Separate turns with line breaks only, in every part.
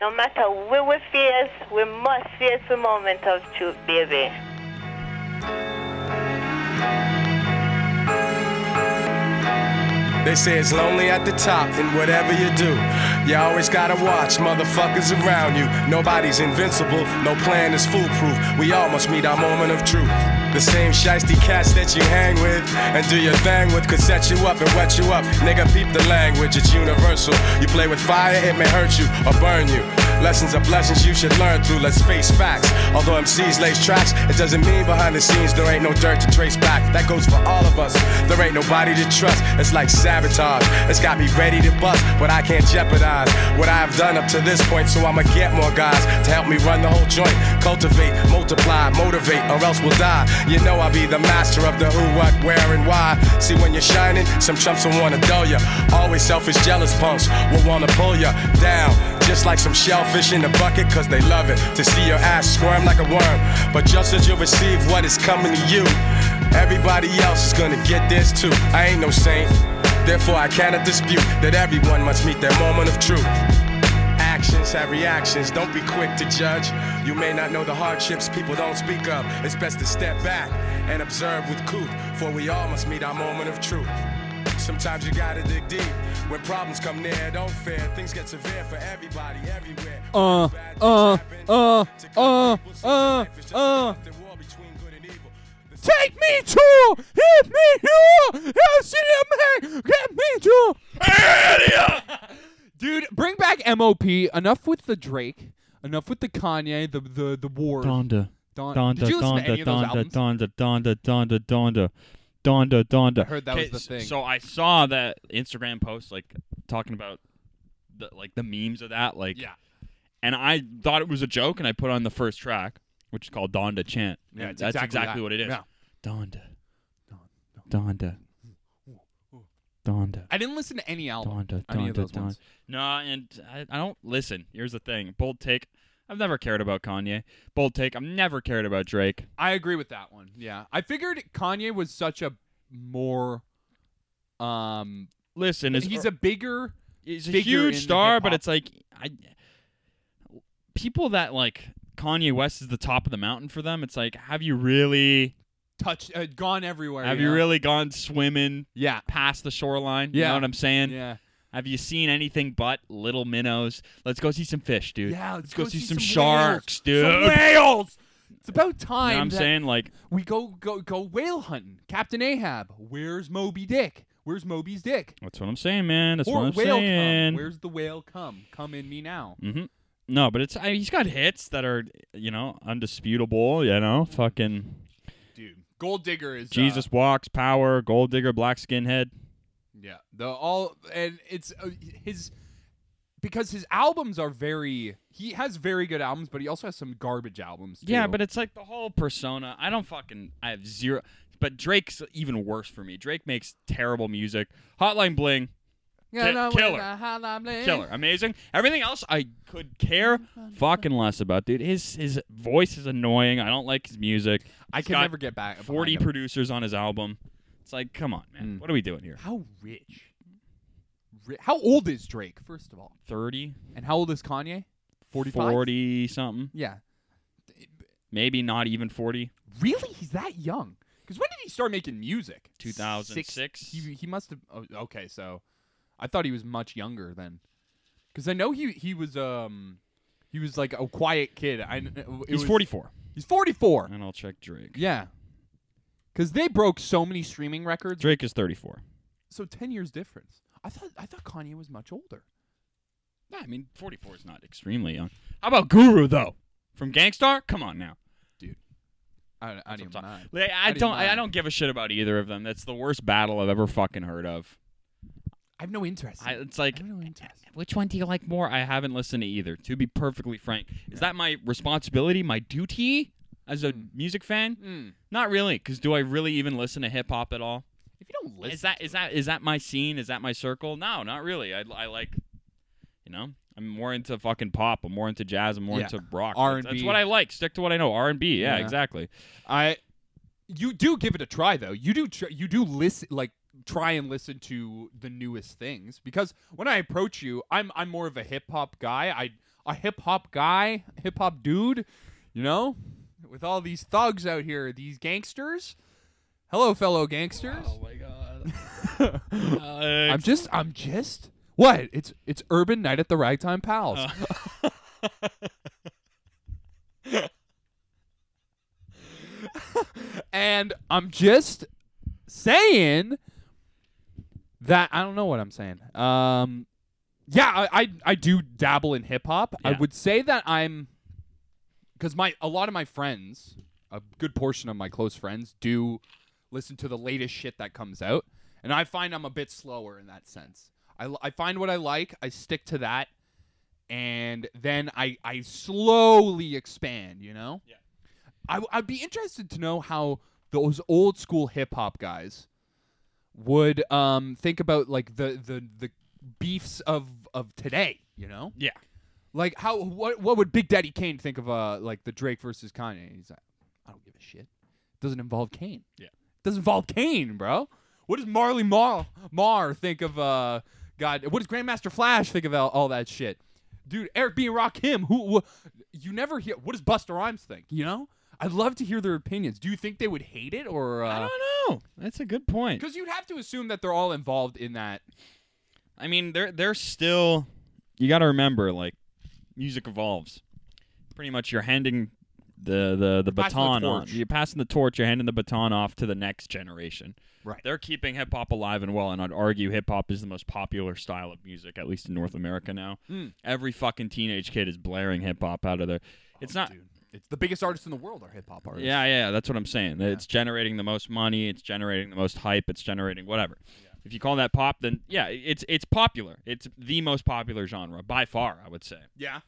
No matter where we face, we must face the moment of truth, baby.
They say it's lonely at the top, and whatever you do, you always gotta watch motherfuckers around you. Nobody's invincible, no plan is foolproof. We all must meet our moment of truth. The same shiesty cats that you hang with and do your thing with could set you up and wet you up. Nigga, peep the language, it's universal. You play with fire, it may hurt you or burn you. Lessons are blessings you should learn through, let's face facts. Although MCs lays tracks, it doesn't mean behind the scenes there ain't no dirt to trace back. That goes for all of us. There ain't nobody to trust. It's like sabotage. It's got me ready to bust, but I can't jeopardize what I've done up to this point. So I'ma get more guys to help me run the whole joint. Cultivate, multiply, motivate, or else we'll die. You know I'll be the master of the who, what, where, and why. See when you're shining, some chumps will wanna dull ya. Always selfish, jealous punks will wanna pull ya down. Just like some shellfish in a bucket, cause they love it. To see your ass squirm like a worm. But just as you receive what is coming to you, everybody else is gonna get this too. I ain't no saint. Therefore, I cannot dispute that everyone must meet their moment of truth. Actions have reactions, don't be quick to judge. You may not know the hardships people don't speak of. It's best to step back and observe with coup, for we all must meet our moment of truth. Sometimes you gotta dig deep. When problems come near, don't fear. Things get severe for everybody, everywhere.
Uh,
Bad things
uh,
happen
uh,
to good
uh,
people's
uh,
life. It's just a
uh.
constant war between good and evil. The
Take me to, hit me here, yes, hit me, get me to. Dude, bring back MOP. Enough with the Drake. Enough with the Kanye. The the the war.
Donda.
Don-
Donda,
Did you listen
Donda,
to any of those
Donda,
albums?
Donda, Donda, Donda, Donda, Donda,
I
Donda.
heard that was
Okay,
the
s-
thing.
So I saw that Instagram post like talking about the like the memes of that like
Yeah.
and I thought it was a joke and I put on the first track which is called Donda Chant.
Yeah,
And
it's
that's
exactly that.
what it is.
Yeah.
Donda. Donda. Donda.
I didn't listen to any album.
Donda.
Any of
Donda.
those
Donda.
ones.
Nah, and I, I don't listen. Here's the thing. Bold take. I've never cared about Kanye. Bold take. I've never cared about Drake.
I agree with that one. Yeah, I figured Kanye was such a more, um,
Listen, it's,
he's a bigger.
he's a
figure
huge
in
star, but
hip-hop.
it's like I people that like Kanye West is the top of the mountain for them. It's like, have you really
touched, uh, gone everywhere.
have
yeah.
you really gone swimming
Yeah.
past the shoreline? You
Yeah.
know what I'm saying?
Yeah.
Have you seen anything but little minnows? Let's go see some fish, dude.
Yeah. Let's,
Let's go, see, some, sharks,
whales.
dude.
Some
You
whales. It's about time.
know what I'm
that
saying? Like
we go go go whale hunting. Captain Ahab. Where's Moby Dick? Where's Moby's dick?
that's what I'm saying, man. That's
or
what I'm
whale
saying.
come. Where's the whale come? Come in me now.
hmm No, but it's I, he's got hits that are you know undisputable. You know, fucking
Dude, Gold Digger is uh,
Jesus walks, power, gold digger, black skinhead.
Yeah, the all and it's uh, his because his albums are very. He has very good albums, but he also has some garbage albums.
Yeah,
too.
but it's like the whole persona. I don't fucking. I have zero. But Drake's even worse for me. Drake makes terrible music. Hotline Bling,
Yeah,
ki-
no,
killer.
wait, uh, how I'm living.
killer, amazing. Everything else, I could care fucking less about, dude. His his voice is annoying. I don't like his music.
I
He's
can
got
never get back. behind
Forty
him.
producers on his album. It's like, come on, man. What are we doing here?
How rich? Ri- How old is Drake? First of all,
30,
and how old is Kanye? Forty-five.
40 something.
Yeah,
Maybe not even forty.
really, he's that young. Because when did he start making music?
Two thousand six.
He he must have. Oh, okay, so I thought he was much younger then, because I know he he was um he was like a quiet kid. I kn- it
He's
was-
forty four.
He's forty four.
And I'll check Drake.
Yeah, because they broke so many streaming records.
Drake is thirty four.
So ten years difference. I thought I thought Kanye was much older.
Yeah, I mean, 44 is not extremely young. How about Guru though? From Gangstar? Come on now.
I, I don't even
That's what
know.
Like, I,
I didn't
don't. I, I
mind.
don't give a shit about either of them. That's the worst battle I've ever fucking heard of.
I have no interest. in
I,
it.
it's like,
I have no interest.
which one do you like more? I haven't listened to either. To be perfectly frank, is that my responsibility, my duty as
Hmm.
a music fan?
Mm.
Not really, because do I really even listen to hip hop at all?
If you don't listen,
Is that is that is that my scene? Is that my circle? No, not really. I, I like, you know, I'm more into fucking pop. I'm more into jazz. I'm more
Yeah.
into rock.
R&B.
That's what I like. Stick to what I know. R and B. Yeah,
Yeah.
exactly.
I you do give it a try though. You do tr- you do listen like try and listen to the newest things because when I approach you, I'm I'm more of a hip hop guy. I a hip hop guy, hip hop dude, you know, with all these thugs out here, these gangsters. Hello, fellow gangsters.
Oh my god. Uh,
I'm just, I'm just. What? It's it's Urban Night at the Ragtime Pals. and I'm just saying that I don't know what I'm saying. Um, yeah, I I, I do dabble in hip hop. I
Yeah.
would say that I'm because my a lot of my friends, a good portion of my close friends, do listen to the latest shit that comes out, and I find I'm a bit slower in that sense. I l- I find what I like, I stick to that, and then I I slowly expand. You know.
Yeah.
I, I'd be interested to know how those old school hip hop guys would um, think about like the, the the beefs of of today. You know,
yeah.
like how what what would Big Daddy Kane think of uh like the Drake versus Kanye? He's like, I don't give a shit. Doesn't involve Kane.
Yeah.
doesn't involve Kane, bro. What does Marley Mar Mar think of uh God? What does Grandmaster Flash think of all, all that shit? Dude, Eric B. and Rakim, who, wh- you never hear. What does Busta Rhymes think? You know, I'd love to hear their opinions. Do you think they would hate it or?
I
Uh,
don't know. That's a good point.
because you'd have to assume that they're all involved in that.
I mean, they're they're still. You got to remember, like, music evolves. Pretty much, you're handing the the, the
passing the
baton on.
torch.
You're passing the torch. You're handing the baton off to the next generation.
Right.
They're keeping hip hop alive and well, and I'd argue hip hop is the most popular style of music, at least in North America now.
Mm.
Every fucking teenage kid is blaring hip hop out of there. It's not.
It's the biggest artists in the world are hip hop artists.
Yeah, yeah, that's what I'm saying. That It's generating the most money. It's generating the most hype. It's generating whatever. If you call that pop, then yeah, it's it's popular. It's the most popular genre by far. I would say.
Yeah.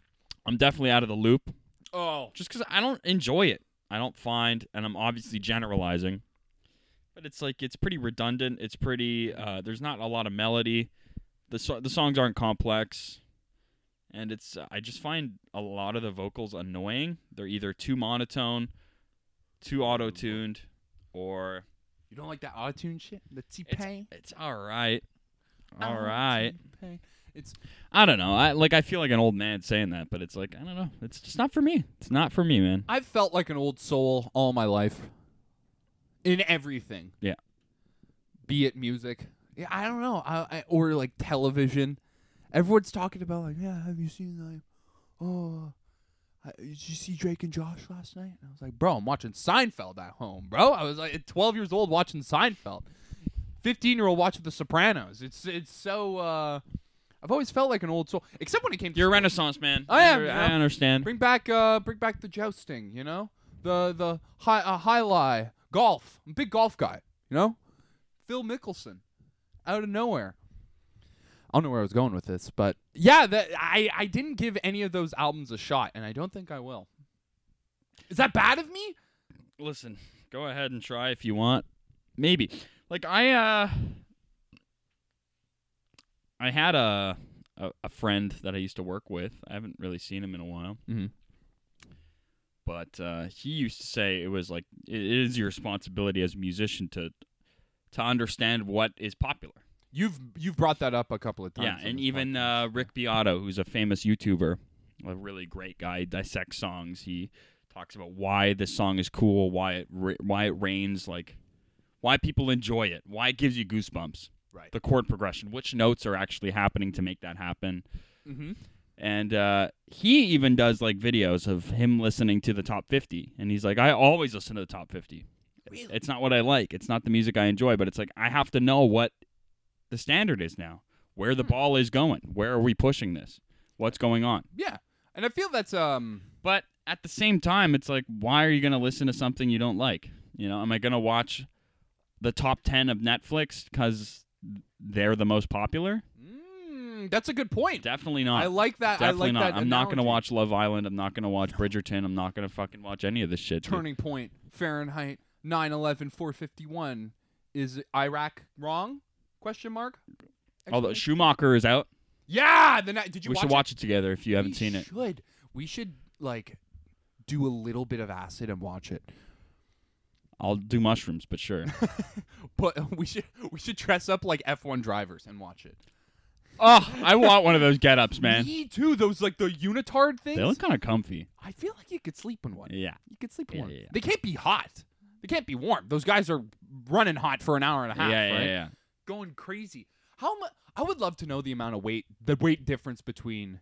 I'm definitely out of the loop
Oh.
just because I don't enjoy it. I don't find, and I'm obviously generalizing, but it's like it's pretty redundant. It's pretty. Uh, there's not a lot of melody. the so- The songs aren't complex, and it's. I just find a lot of the vocals annoying. They're either too monotone, too auto tuned, or
You don't like that autotune shit? The T
it's,
Pain. Uh-huh.
it's all right. All right.
It's
I don't know. I like. I feel like an old man saying that, but it's like I don't know. It's just not for me. It's not for me, man.
I've felt like an old soul all my life. In everything.
Yeah.
Be it music. Yeah, I don't know. I, I or like television. Everyone's talking about like, yeah, have you seen like oh I, did you see Drake and Josh last night? And I was like, bro, I'm watching Seinfeld at home, bro. I was like 12 years old watching Seinfeld. 15 year old watching The Sopranos. It's it's so uh I've always felt like an old soul, except when it came to
You're a Renaissance man.
I am,
Under-
you know.
I understand.
Bring back, uh, bring back the jousting. You know, the the high uh, high lie golf. I'm a big golf guy. You know, Phil Mickelson, out of nowhere. I don't know where I was going with this, but yeah, that I I didn't give any of those albums a shot, and I don't think I will. Is that bad of me?
Listen, go ahead and try if you want. Maybe. Like I uh I had a a, a friend that I used to work with. I haven't really seen him in a while.
Mhm.
But uh, he used to say it was like it is your responsibility as a musician to to understand what is popular.
You've you've brought that up a couple of times.
Yeah,
on
and
this
even
podcast.
uh, Rick Beato, who's a famous YouTuber, a really great guy, he dissects songs. He talks about why this song is cool, why it ra- why it rains, like why people enjoy it, why it gives you goosebumps,
Right.
The chord progression, which notes are actually happening to make that happen,
Mhm.
and uh, he even does like videos of him listening to the top fifty, and he's like, I always listen to the top fifty. It's- It's not what I like. It's not the music I enjoy, but it's like I have to know what the standard is now. Where
Hmm.
the ball is going. Where are we pushing this? What's going on?
yeah, and I feel that's um
But at the same time, it's like, why are you going to listen to something you don't like? You know, am I going to watch the top 10 of Netflix because they're the most popular?
mm, that's a good point.
Definitely not.
I like that.
Definitely
I like
not.
that.
I'm not going to
analogy.
watch Love Island. I'm not going to watch Bridgerton. I'm not going to fucking watch any of this shit. dude.
Turning Point, Fahrenheit, 9/11, 451. Is Iraq wrong? Question mark.
Although
Exclamation-
Schumacher is out.
yeah, the night. Did you
we
watch
should
it?
watch it together if you haven't
we
seen it.
Should we should like do a little bit of acid and watch it?
I'll do mushrooms, but sure.
But we should we should dress up like F1 drivers and watch it.
Oh, I want one of those get-ups, man.
Me too. Those like the unitard things.
They look kind of comfy.
I feel like you could sleep in one.
Yeah.
You could sleep in
Yeah,
one.
yeah, yeah.
They can't be hot. They can't be warm. Those guys are running hot for an hour and a half.
yeah, yeah,
right?
yeah.
Going crazy. How much? I would love to know the amount of weight, the weight difference between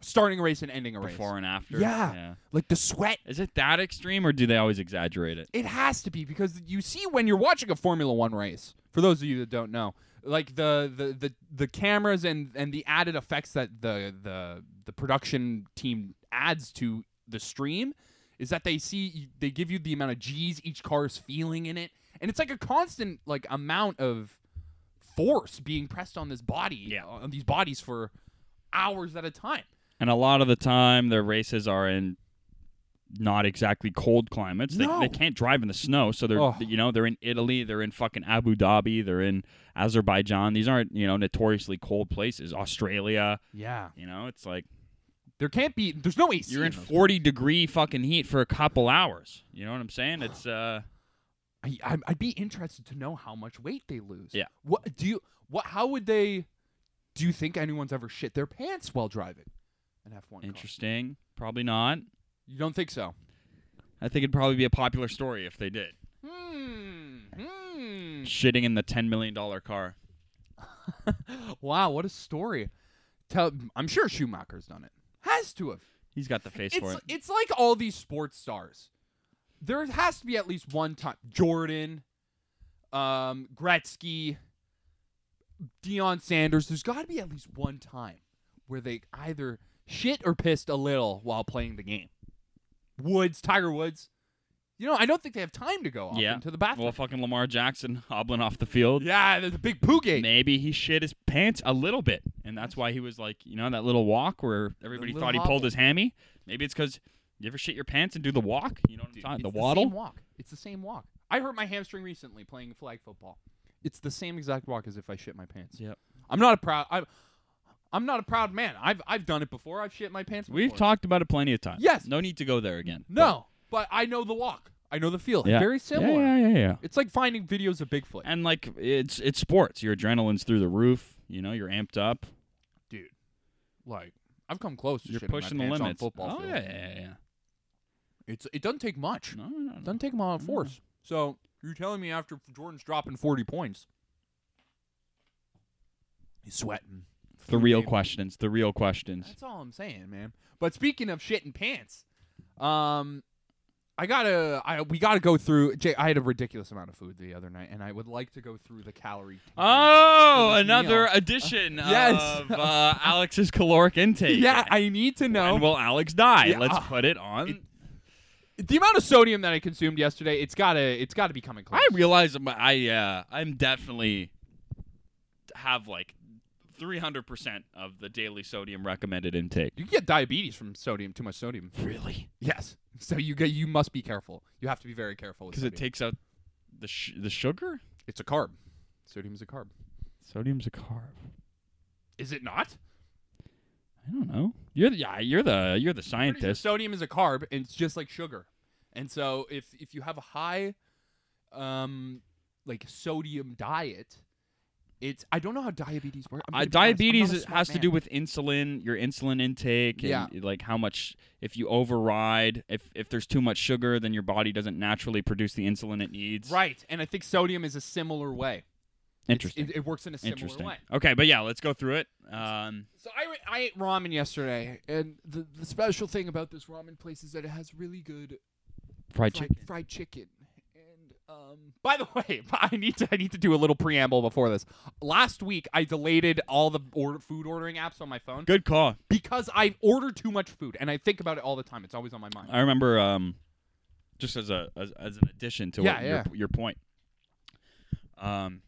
starting a race and ending a race.
Before and after.
Yeah. Like the sweat.
Is it that extreme, or do they always exaggerate it?
It has to be because you see when you're watching a Formula One race. For those of you that don't know, like the the the, the cameras and and the added effects that the the the production team adds to the stream is that they see they give you the amount of G's each car is feeling in it, and it's like a constant like amount of force being pressed on this body
Yeah.
on these bodies for hours at a time.
And a lot of the time, their races are in not exactly cold climates. They,
No.
they can't drive in the snow, so they're
Oh.
you know they're in Italy, they're in fucking Abu Dhabi, they're in Azerbaijan. These aren't you know notoriously cold places. Australia,
Yeah,
you know, it's like
there can't be. There's no AC.
you're in
those
40 degree fucking heat for a couple hours. You know what I'm saying? It's uh
I, I I'd be interested to know how much weight they lose.
Yeah.
What do you what how would they do you think anyone's ever shit their pants while driving an F1 car?
interesting. Probably not.
You don't think so?
I think it'd probably be a popular story if they did.
Hmm. Hmm.
Shitting in the 10 million dollar car.
Wow, what a story. Tell I'm sure Schumacher's done it. Has to have.
He's got the face
It's
for it.
it's like all these sports stars. There has to be at least one time Jordan, um, Gretzky, Deion Sanders. There's got to be at least one time where they either shit or pissed a little while playing the game. Woods, Tiger Woods. You know, I don't think they have time to go off
Yeah.
into the bathroom.
Well, fucking Lamar Jackson hobbling off the field.
yeah, there's a big poo game.
Maybe he shit his pants a little bit, and that's why he was like, you know, that little walk where everybody
little
thought he
hobble.
pulled his hammy. Maybe it's because you ever shit your pants and do the walk. You know what I'm talking?
It's
The
the
waddle.
same walk. It's the same walk. I hurt my hamstring recently playing flag football. It's the same exact walk as if I shit my pants.
Yep.
I'm not a proud. I'm, I'm not a proud man. I've I've done it before. I've shit my pants.
We've
before.
talked about it plenty of times.
Yes.
No need to go there again.
No, but I know the walk. I know the feel.
But- yeah.
Very similar.
Yeah, yeah, yeah, yeah.
It's like finding videos of Bigfoot.
And like it's it's sports. Your adrenaline's through the roof. You know, you're amped up.
Dude, like I've come close to
You're
shitting my
pushing the
pants on
limits.
football.
oh
field.
yeah, yeah, yeah.
It's it doesn't take much.
No, no, no.
Doesn't take a lot of force. So you're telling me after Jordan's dropping 40 points, he's sweating.
The real questions. The real questions.
That's all I'm saying, man. But speaking of shit and pants, um, I gotta, I we gotta go through. Jay, I had a ridiculous amount of food the other night, and I would like to go through the calorie.
Oh,
For this
another
meal.
edition
yes.
of uh, Alex's caloric intake.
yeah, I need to know
When will Alex die?
Yeah.
Let's put it on.
the amount of sodium that I consumed yesterday. It's gotta, it's gotta be coming close.
I realize I'm, I uh, I'm definitely have like 300 percent of the daily sodium recommended intake.
you can get diabetes from sodium, too much sodium.
Really?
Yes, so you get, you must be careful. You have to be very careful with
Because it
sodium.
takes out the sh- the sugar.
It's a carb. Sodium's a carb.
Sodium's a carb.
Is it not?
I don't know. You're the yeah, you're the you're the
Pretty sure
scientist.
Sodium is a carb, and it's just like sugar. And so if if you have a high, um, like sodium diet, it's I don't know how diabetes works. I'm
Uh,
gonna be honest, I'm not
diabetes
a
is-
smart
has to
man.
do with insulin, your insulin intake, and like how much if you override, if if there's too much sugar, then your body doesn't naturally produce the insulin it needs.
right, and I think sodium is a similar way. It's-
Interesting.
It, it works in a similar
Interesting.
way.
Okay, but yeah, let's go through it. Um,
So I, re- I ate ramen yesterday, and the, the special thing about this ramen place is that it has really good
fried
fried,
chicken.
fried chicken. And um, by the way, I need to I need to do a little preamble before this. Last week, I deleted all the order, food ordering apps on my phone
Good call.
because I order too much food, and I think about it all the time. It's always on my mind.
I remember um, just as a as, as an addition to
Yeah,
what
yeah.
Your, your point. Um,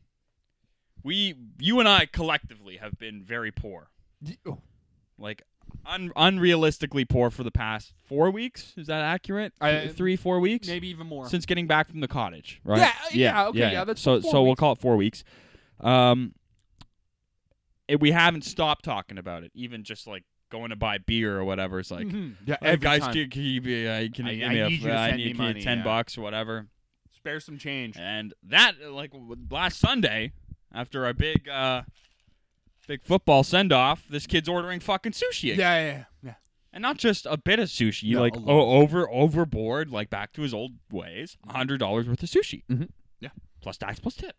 we you and I collectively have been very poor,
D- oh,
like un- unrealistically poor for the past four weeks. Is that accurate?
I-
Three four weeks
maybe even more.
since getting back from the cottage, right?
Yeah, uh, yeah, okay, yeah, that's
so
four
so we'll
weeks.
call it four weeks. Um, it, we haven't stopped talking about it, even just like going to buy beer or whatever. It's like.
Mhm. yeah,
Hey
every
guys,
time.
can, can you be? Uh, can you
I- I
give me a-
need you to
I
send
need
me
you
money,
ten
yeah.
bucks or whatever.
spare some change.
And that, like w- last Sunday, after our big uh, big football send off. This kid's ordering fucking sushi.
Yeah,
again.
yeah, yeah, yeah.
And not just a bit of sushi,
No,
like
a
o-
lot.
over overboard, like back to his old ways. hundred dollars worth of sushi.
Mhm. Yeah.
Plus tax, plus tip.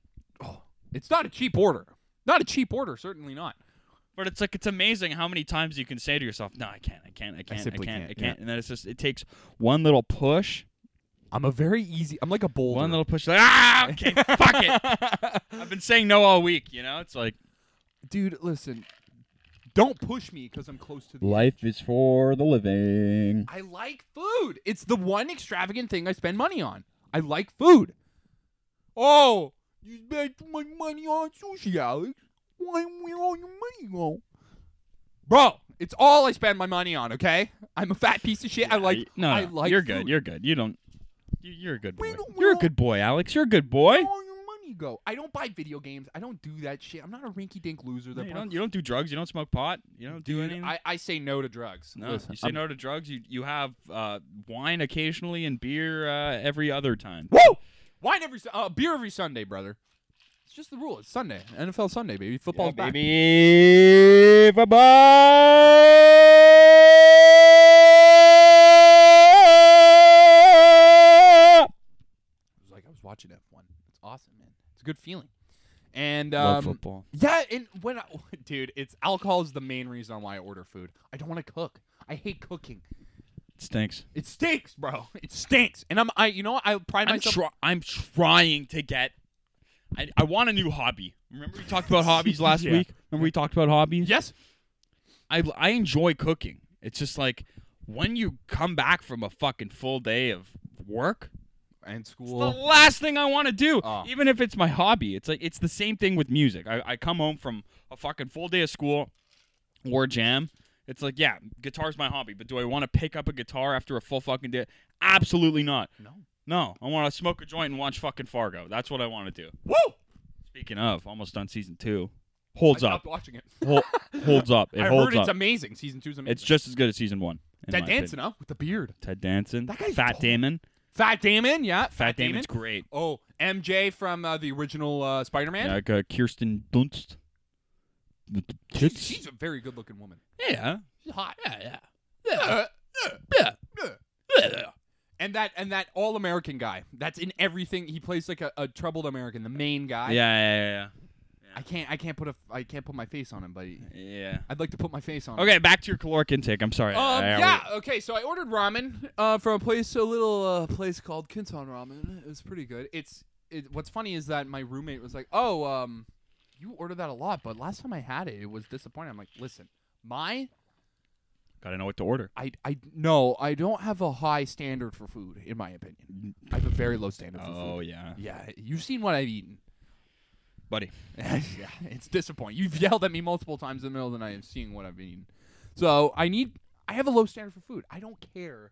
It's not a cheap order. Not a cheap order, certainly not.
But it's like it's amazing how many times you can say to yourself, "No, I can't, I can't, I can't, I,
simply
can't,
can't,
I
yeah.
can't," and then it's just it takes one little push,
I'm a very easy. I'm like a boulder.
one little push, like ah, okay, fuck it. I've been saying no all week, you know. It's like
Dude, listen. Don't push me because I'm close to the.
Life is for the living.
I like food. It's the one extravagant thing I spend money on. I like food. Oh, you spent too much money on sushi, Alex. Why where all your money go? Bro, it's all I spend my money on. Okay, I'm a fat piece of shit. I like.
no,
I
no,
like.
you're
food.
good, you're good. You don't, you, you're a good boy.
We don't- we
You're a
don't-
good boy, Alex. You're a good boy.
Where all your money go? I don't buy video games. I don't do that shit. I'm not a rinky-dink loser.
No,
That
you
buys-
don't, you don't do drugs. You don't smoke pot. You don't do
Dude,
anything.
I, I say no to drugs.
no,
Listen,
you say
I'm-
no to drugs. You you have uh, wine occasionally and beer uh, every other time.
Woo! Wine every Su- uh, beer every Sunday, brother. It's just the rule. It's Sunday, NFL Sunday, baby. Football's back.
Baby,
It was like I was watching F1. It's awesome, man. It's a good feeling. And
Love
um,
football.
yeah, and when I, dude, it's alcohol is the main reason why I order food. I don't want to cook. I hate cooking.
It stinks.
It stinks, bro. It stinks. And I'm I you know what? I pride
I'm,
myself.
try- I'm trying to get. I, I want a new hobby. Remember we talked about hobbies last
Yeah.
week. Remember we talked about hobbies.
yes.
I I enjoy cooking. It's just like when you come back from a fucking full day of work,
And
it's
school.
the last thing I want to do.
Oh.
Even if it's my hobby, it's like it's the same thing with music. I, I come home from a fucking full day of school or jam. It's like yeah, guitar's my hobby, but do I want to pick up a guitar after a full fucking day? Absolutely not.
no.
No, I want to smoke a joint and watch fucking Fargo. That's what I want to do.
Woo!
Speaking of, almost done season two. Holds
I
up.
stopped watching it.
Hol- holds up. It
I
holds
heard
up.
it's amazing. Season two's amazing.
It's just as good as season one. in
Ted
my opinion.
Danson, huh? With the beard.
Ted Danson.
That guy's
Fat
tall.
Damon.
Fat Damon, yeah.
Fat Damon's great.
Oh, MJ from uh, the original uh, Spider-Man.
Like uh, Kirsten Dunst. With the
She's,
tits.
she's a very good-looking woman.
Yeah.
She's hot.
Yeah.
Uh,
Yeah.
uh.
Yeah.
And that and that all American guy. That's in everything. He plays like a, a troubled American, the main guy.
Yeah. Yeah.
I can't I can't put a I can't put my face on him, but he-
Yeah. yeah.
I'd like to put my face on. him.
Okay, back to your caloric intake. I'm sorry.
Um,
I- I
yeah.
already-
Okay. So I ordered ramen uh, from a place, a little uh, place called Kinton Ramen. It was pretty good. It's it, what's funny is that my roommate was like, "Oh, um, you order that a lot, but last time I had it, it was disappointing." I'm like, "Listen, my
Gotta know what to order.
I I no, I don't have a high standard for food, in my opinion. I have a very low standard for
Oh,
food.
yeah.
Yeah, you've seen what I've eaten.
Buddy.
yeah, it's disappointing. You've yelled at me multiple times in the middle of the night of seeing what I've eaten. So I need. I have a low standard for food. I don't care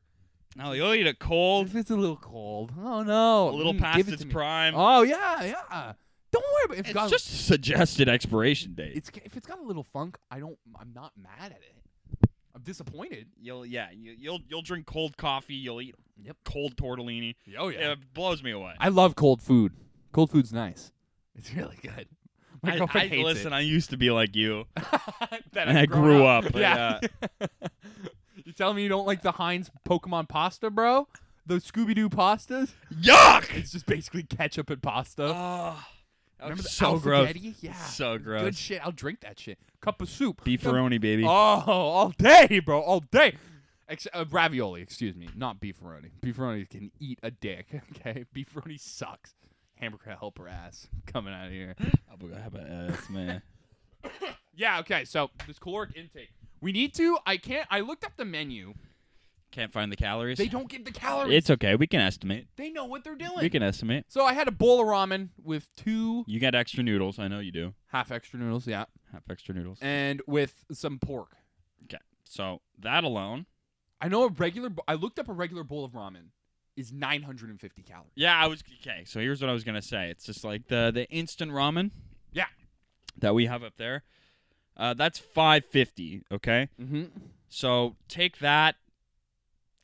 No, you'll eat it cold.
if it's a little cold. Oh no,
A little
Mm,
past
give it
its
to me.
prime.
Oh yeah, yeah. Don't worry about if
It's
got,
just a suggested expiration date.
it's if it's got a little funk. I don't. I'm not mad at it. I'm disappointed.
You'll yeah, you, you'll you'll drink cold coffee. You'll eat
Yep.
cold tortellini.
Oh
It blows me away.
I love cold food. Cold food's nice. It's really good. My
I-
girlfriend
I-
hates
listen.
it.
I used to be like you.
That
and I
I've grown
grew up,
Yeah. you telling me you don't like the Heinz Pokemon pasta, bro? The Scooby Doo pastas?
Yuck!
It's just basically ketchup and pasta.
Oh,
Remember the
so gross.
Alphagetti? Yeah.
So
Good
gross.
shit. I'll drink that shit. Cup of soup.
Beefaroni, baby.
Oh, all day, bro. All day. Ex- uh, ravioli, excuse me, not beefaroni. Beefaroni can eat a dick, okay? Beefaroni sucks. Hamburger helper ass coming out of here.
How about ass, man?
Yeah, okay. So this caloric intake. We need to. I can't. I looked up the menu.
Can't find the calories.
They don't give the calories.
It's okay. We can estimate.
they know what they're doing.
We can estimate.
so I had a bowl of ramen with two
You got extra noodles. I know you do.
half extra noodles, yeah,
Half extra noodles.
and with some pork.
Okay. So that alone.
I know a regular. bo- I looked up a regular bowl of ramen is 950 calories.
Yeah, I was okay. So here's what I was gonna say. It's just like the the instant ramen.
Yeah.
That we have up there. Uh, that's five fifty. Okay.
Mm-hmm.
So take that.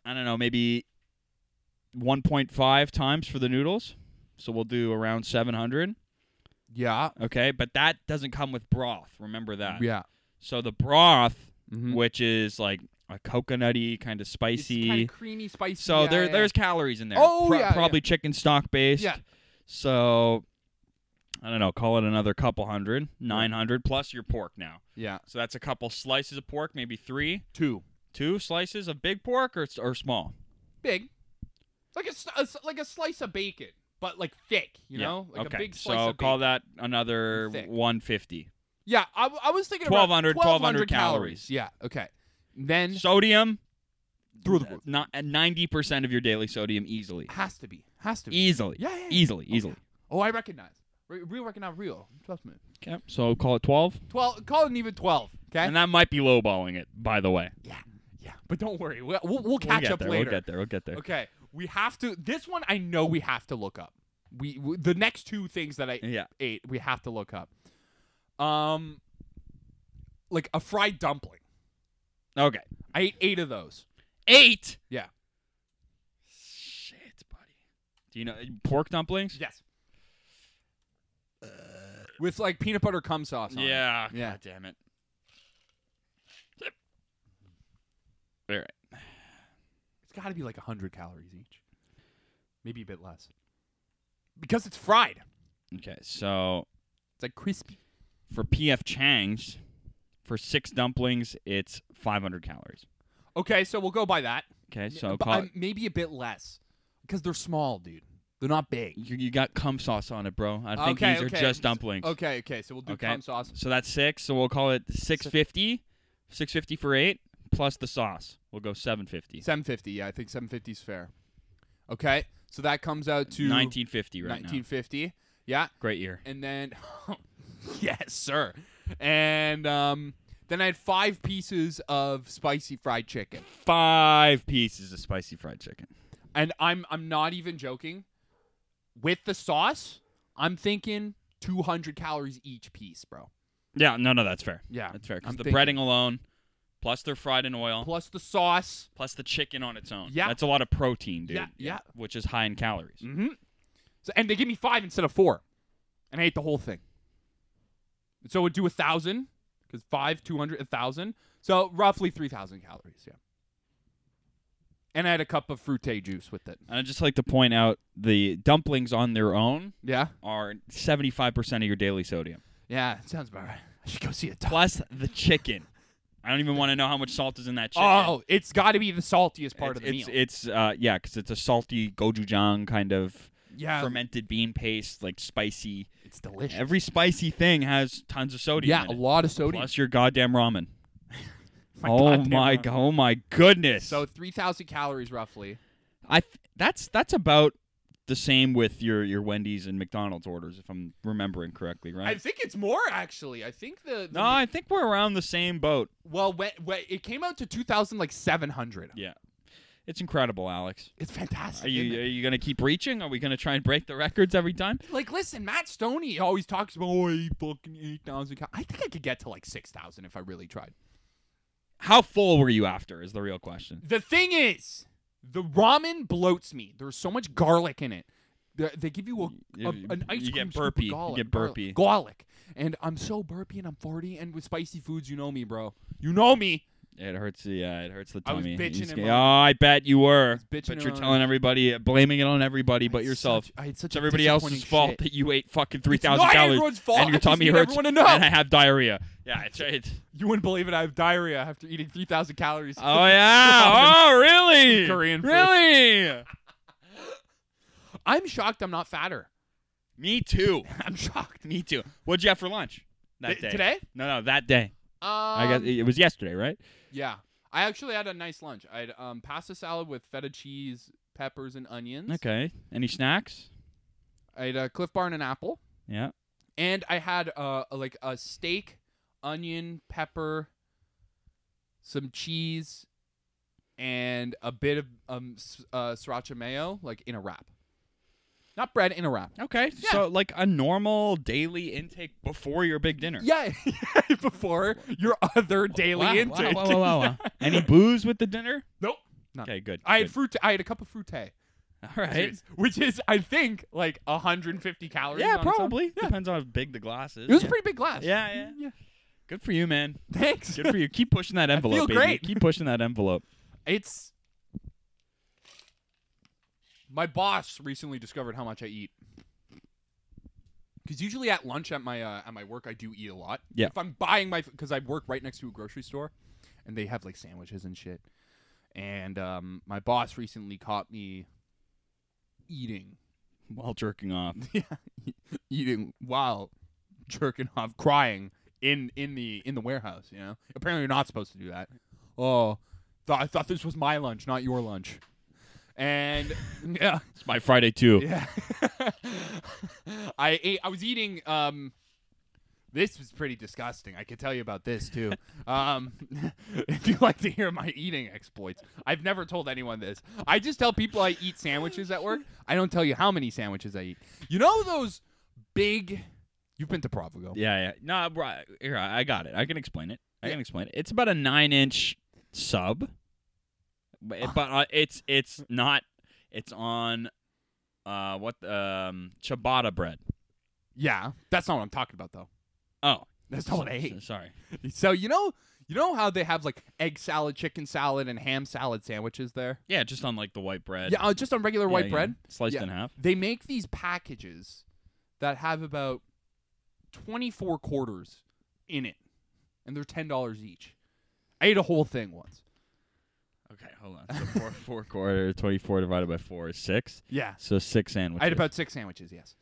I don't know, maybe one point five times for the noodles. So we'll do around seven hundred.
Yeah.
Okay, but that doesn't come with broth. Remember that.
Yeah.
So the broth,
Mhm.
which is like a coconutty kind of
It's
spicy.
kinda creamy, spicy.
So
yeah,
there,
yeah,
there's calories in there.
Oh,
Pro-
yeah, yeah.
probably chicken stock based.
Yeah.
So I don't know. Call it another couple hundred, nine hundred plus your pork now.
yeah. Yeah.
So that's a couple slices of pork, maybe three,
Two.
two slices of big pork or s- or small.
Big. Like a, s- a s- like a slice of bacon, but like thick, you
Yeah,
know? Like
okay.
a big
so
slice of
call
bacon.
that another
Thick.
150.
Yeah, I, w- I was thinking about
1200, 1200 calories.
Yeah, okay. Then
Sodium,
through the roof.
not uh, ninety percent of your daily sodium easily,
Has to be. Has to be.
easily,
Yeah, yeah, yeah.
easily, easily.
Oh, I recognize. Re- real recognize real. Trust me.
Okay. So call it 12,
12, call it an even 12, okay?
and that might be lowballing it. By the way,
yeah, yeah. But don't worry. We'll, we'll, we'll catch
we'll get
up
there.
later.
We'll get there. We'll get there.
Okay, we have to. This one I know we have to look up. We, w the next two things that I
Yeah.
ate we have to look up. Um, like a fried dumpling.
Okay.
I ate eight of those.
Eight.
Yeah.
Shit, buddy. Do you know uh, pork dumplings?
Yes. Uh, With like peanut butter cum sauce. On It.
Yeah.
Yeah.
God damn it. All right.
It's got to be like hundred calories each, maybe a bit less, because it's fried.
Okay. So
It's like crispy.
for PF Chang's, for six dumplings, it's 500 calories.
Okay, so we'll go by that.
Okay. So
But
call
I'm- maybe a bit less because they're small, dude. They're not big.
you, you got cum sauce on it, bro. I think
okay,
these are
okay.
just dumplings.
Okay, okay. So we'll do
Okay.
cum sauce.
So that's six. So we'll call it 650. 650 for eight plus the sauce. We'll go 750.
Seven fifty. Yeah, I think seven fifty is fair. Okay, so that comes out to
1950 right
nineteen
now.
fifty. Yeah,
Great year.
and then yes, sir. And um, then I had five pieces of spicy fried chicken.
Five pieces of spicy fried chicken.
And I'm I'm not even joking. With the sauce, I'm thinking 200 calories each piece, bro.
Yeah, no, no, that's fair.
Yeah,
that's fair.
I'm
Because the
thinking-
breading alone, plus they're fried in oil,
Plus the sauce.
plus the chicken on its own.
Yeah.
that's a lot of protein, dude.
Yeah, yeah.
which is high in calories.
Mm-hmm. So, and they give me five instead of four, and I ate the whole thing. So it would do a thousand because five, two hundred, a thousand. So roughly three thousand calories. Yeah. And I had a cup of fruité juice with it.
And I just like to point out the dumplings on their own
Yeah.
are seventy five percent of your daily sodium,
Yeah, it sounds about right. I should go see a doc.
plus the chicken. I don't even want to know how much salt is in that chicken.
Oh, it's got to be the saltiest part
it's,
of the
it's,
meal.
It's uh, yeah, because it's a salty gochujang kind of
yeah,
fermented bean paste, like spicy.
it's delicious.
Every spicy thing has tons of sodium.
yeah,
in
a
it.
lot of sodium.
Plus your goddamn ramen.
My
oh
goddamn
my
ramen.
go- oh my goodness.
So three thousand calories roughly.
I th- that's that's about the same with your your Wendy's and McDonald's orders if I'm remembering correctly, right?
I think it's more actually. I think the, the
no, I think we're around the same boat.
well, when, when, it came out to two thousand like seven hundred.
Yeah. It's incredible, Alex.
It's fantastic.
Are
isn't
you
it?
are you going to keep reaching? Are we going to try and break the records every time?
like, listen, Matt Stoney always talks about oh, I ate fucking eight thousand. Cal-. I think I could get to like six thousand if I really tried.
How full were you after is the real question.
The thing is, the ramen bloats me. There's so much garlic in it. They, they give you a,
You-
a- an ice
you
cream
get
scoop of
burpy. You
garlic,
get
garlic-
burpy.
garlic. And I'm so burpy, and I'm 40, and with spicy foods, you know me, bro. You know me.
It hurts the uh, it hurts the
I was
tummy.
bitching
You
him
sca-
on-
oh, I bet you were.
was bitching
but
him
you're
on-
telling everybody, blaming it on everybody but
It's
yourself.
such- I had such
It's
a
everybody else's
disappointing
fault
shit.
that you ate fucking three thousand
not
calories.
everyone's fault.
And
I
your
just
tummy
need
hurts.
everyone to know.
And I have diarrhea. Yeah, it's right.
You wouldn't believe it. I have diarrhea after eating 3,000 calories.
Oh yeah. oh really?
Korean food.
Really?
I'm shocked I'm not fatter.
Me too.
I'm shocked.
Me too. What'd you have for lunch that
Th-
day?
Today?
No, no, that day.
Um,
I guess it was yesterday, right?
Yeah, I actually had a nice lunch. I had um, pasta salad with feta cheese, peppers, and onions.
Okay. Any snacks?
I had a Cliff Bar and an apple,
Yeah.
and I had uh, like a steak, onion, pepper, some cheese, and a bit of um, s- uh, sriracha mayo, like in a wrap. Not bread in a wrap.
Okay.
Yeah.
So like a normal daily intake before your big dinner.
Yeah, before your other daily
Wow, wow,
intake.
wow, wow, wow, wow. Any booze with the dinner?
Nope. None.
Okay, good.
I had
good.
fruit. I had a cup of fruité.
All right.
Serious. Which is, I think, like 150 calories.
Yeah,
on its own.
probably. Depends on how big the glass is.
It was a
yeah.
pretty big glass.
Yeah, yeah.
yeah.
Good for you, man.
Thanks.
Good for you. Keep pushing that envelope,
feel
baby.
great.
Keep pushing that envelope.
It's my boss recently discovered how much I eat. Because usually at lunch at my uh, at my work I do eat a lot.
Yeah.
If I'm buying my because I work right next to a grocery store, and they have like sandwiches and shit. And um, my boss recently caught me eating,
While jerking off.
yeah, e-, eating while jerking off, crying in in the in the warehouse. You know, apparently you're not supposed to do that. Oh, thought I thought this was my lunch, not your lunch. And yeah,
It's my Friday too.
yeah. I ate. I was eating. Um, this was pretty disgusting. I could tell you about this too. Um, if you like to hear my eating exploits, I've never told anyone this. I just tell people I eat sandwiches at work. I don't tell you how many sandwiches I eat. You know those big. You've been to Provigo.
Yeah, yeah. No, I- bro, here I I got it. I can explain it. I can explain it. It's about a nine-inch sub, but, it- but uh, it's it's not. It's on, uh, what um ciabatta bread.
Yeah, that's not what I'm talking about though.
Oh,
That's not what I
so-
ate.
so- Sorry.
So you know, you know how they have like egg salad, chicken salad, and ham salad sandwiches there.
Yeah, just on like the white bread.
Yeah, uh, just on regular
Yeah,
white
yeah.
bread.
sliced
Yeah.
in half.
they make these packages that have about 24 quarters in it and they're $10 each i ate a whole thing once
Okay, hold on. So four four quarter twenty-four divided by four is six.
yeah
So six sandwiches.
i had about six sandwiches yes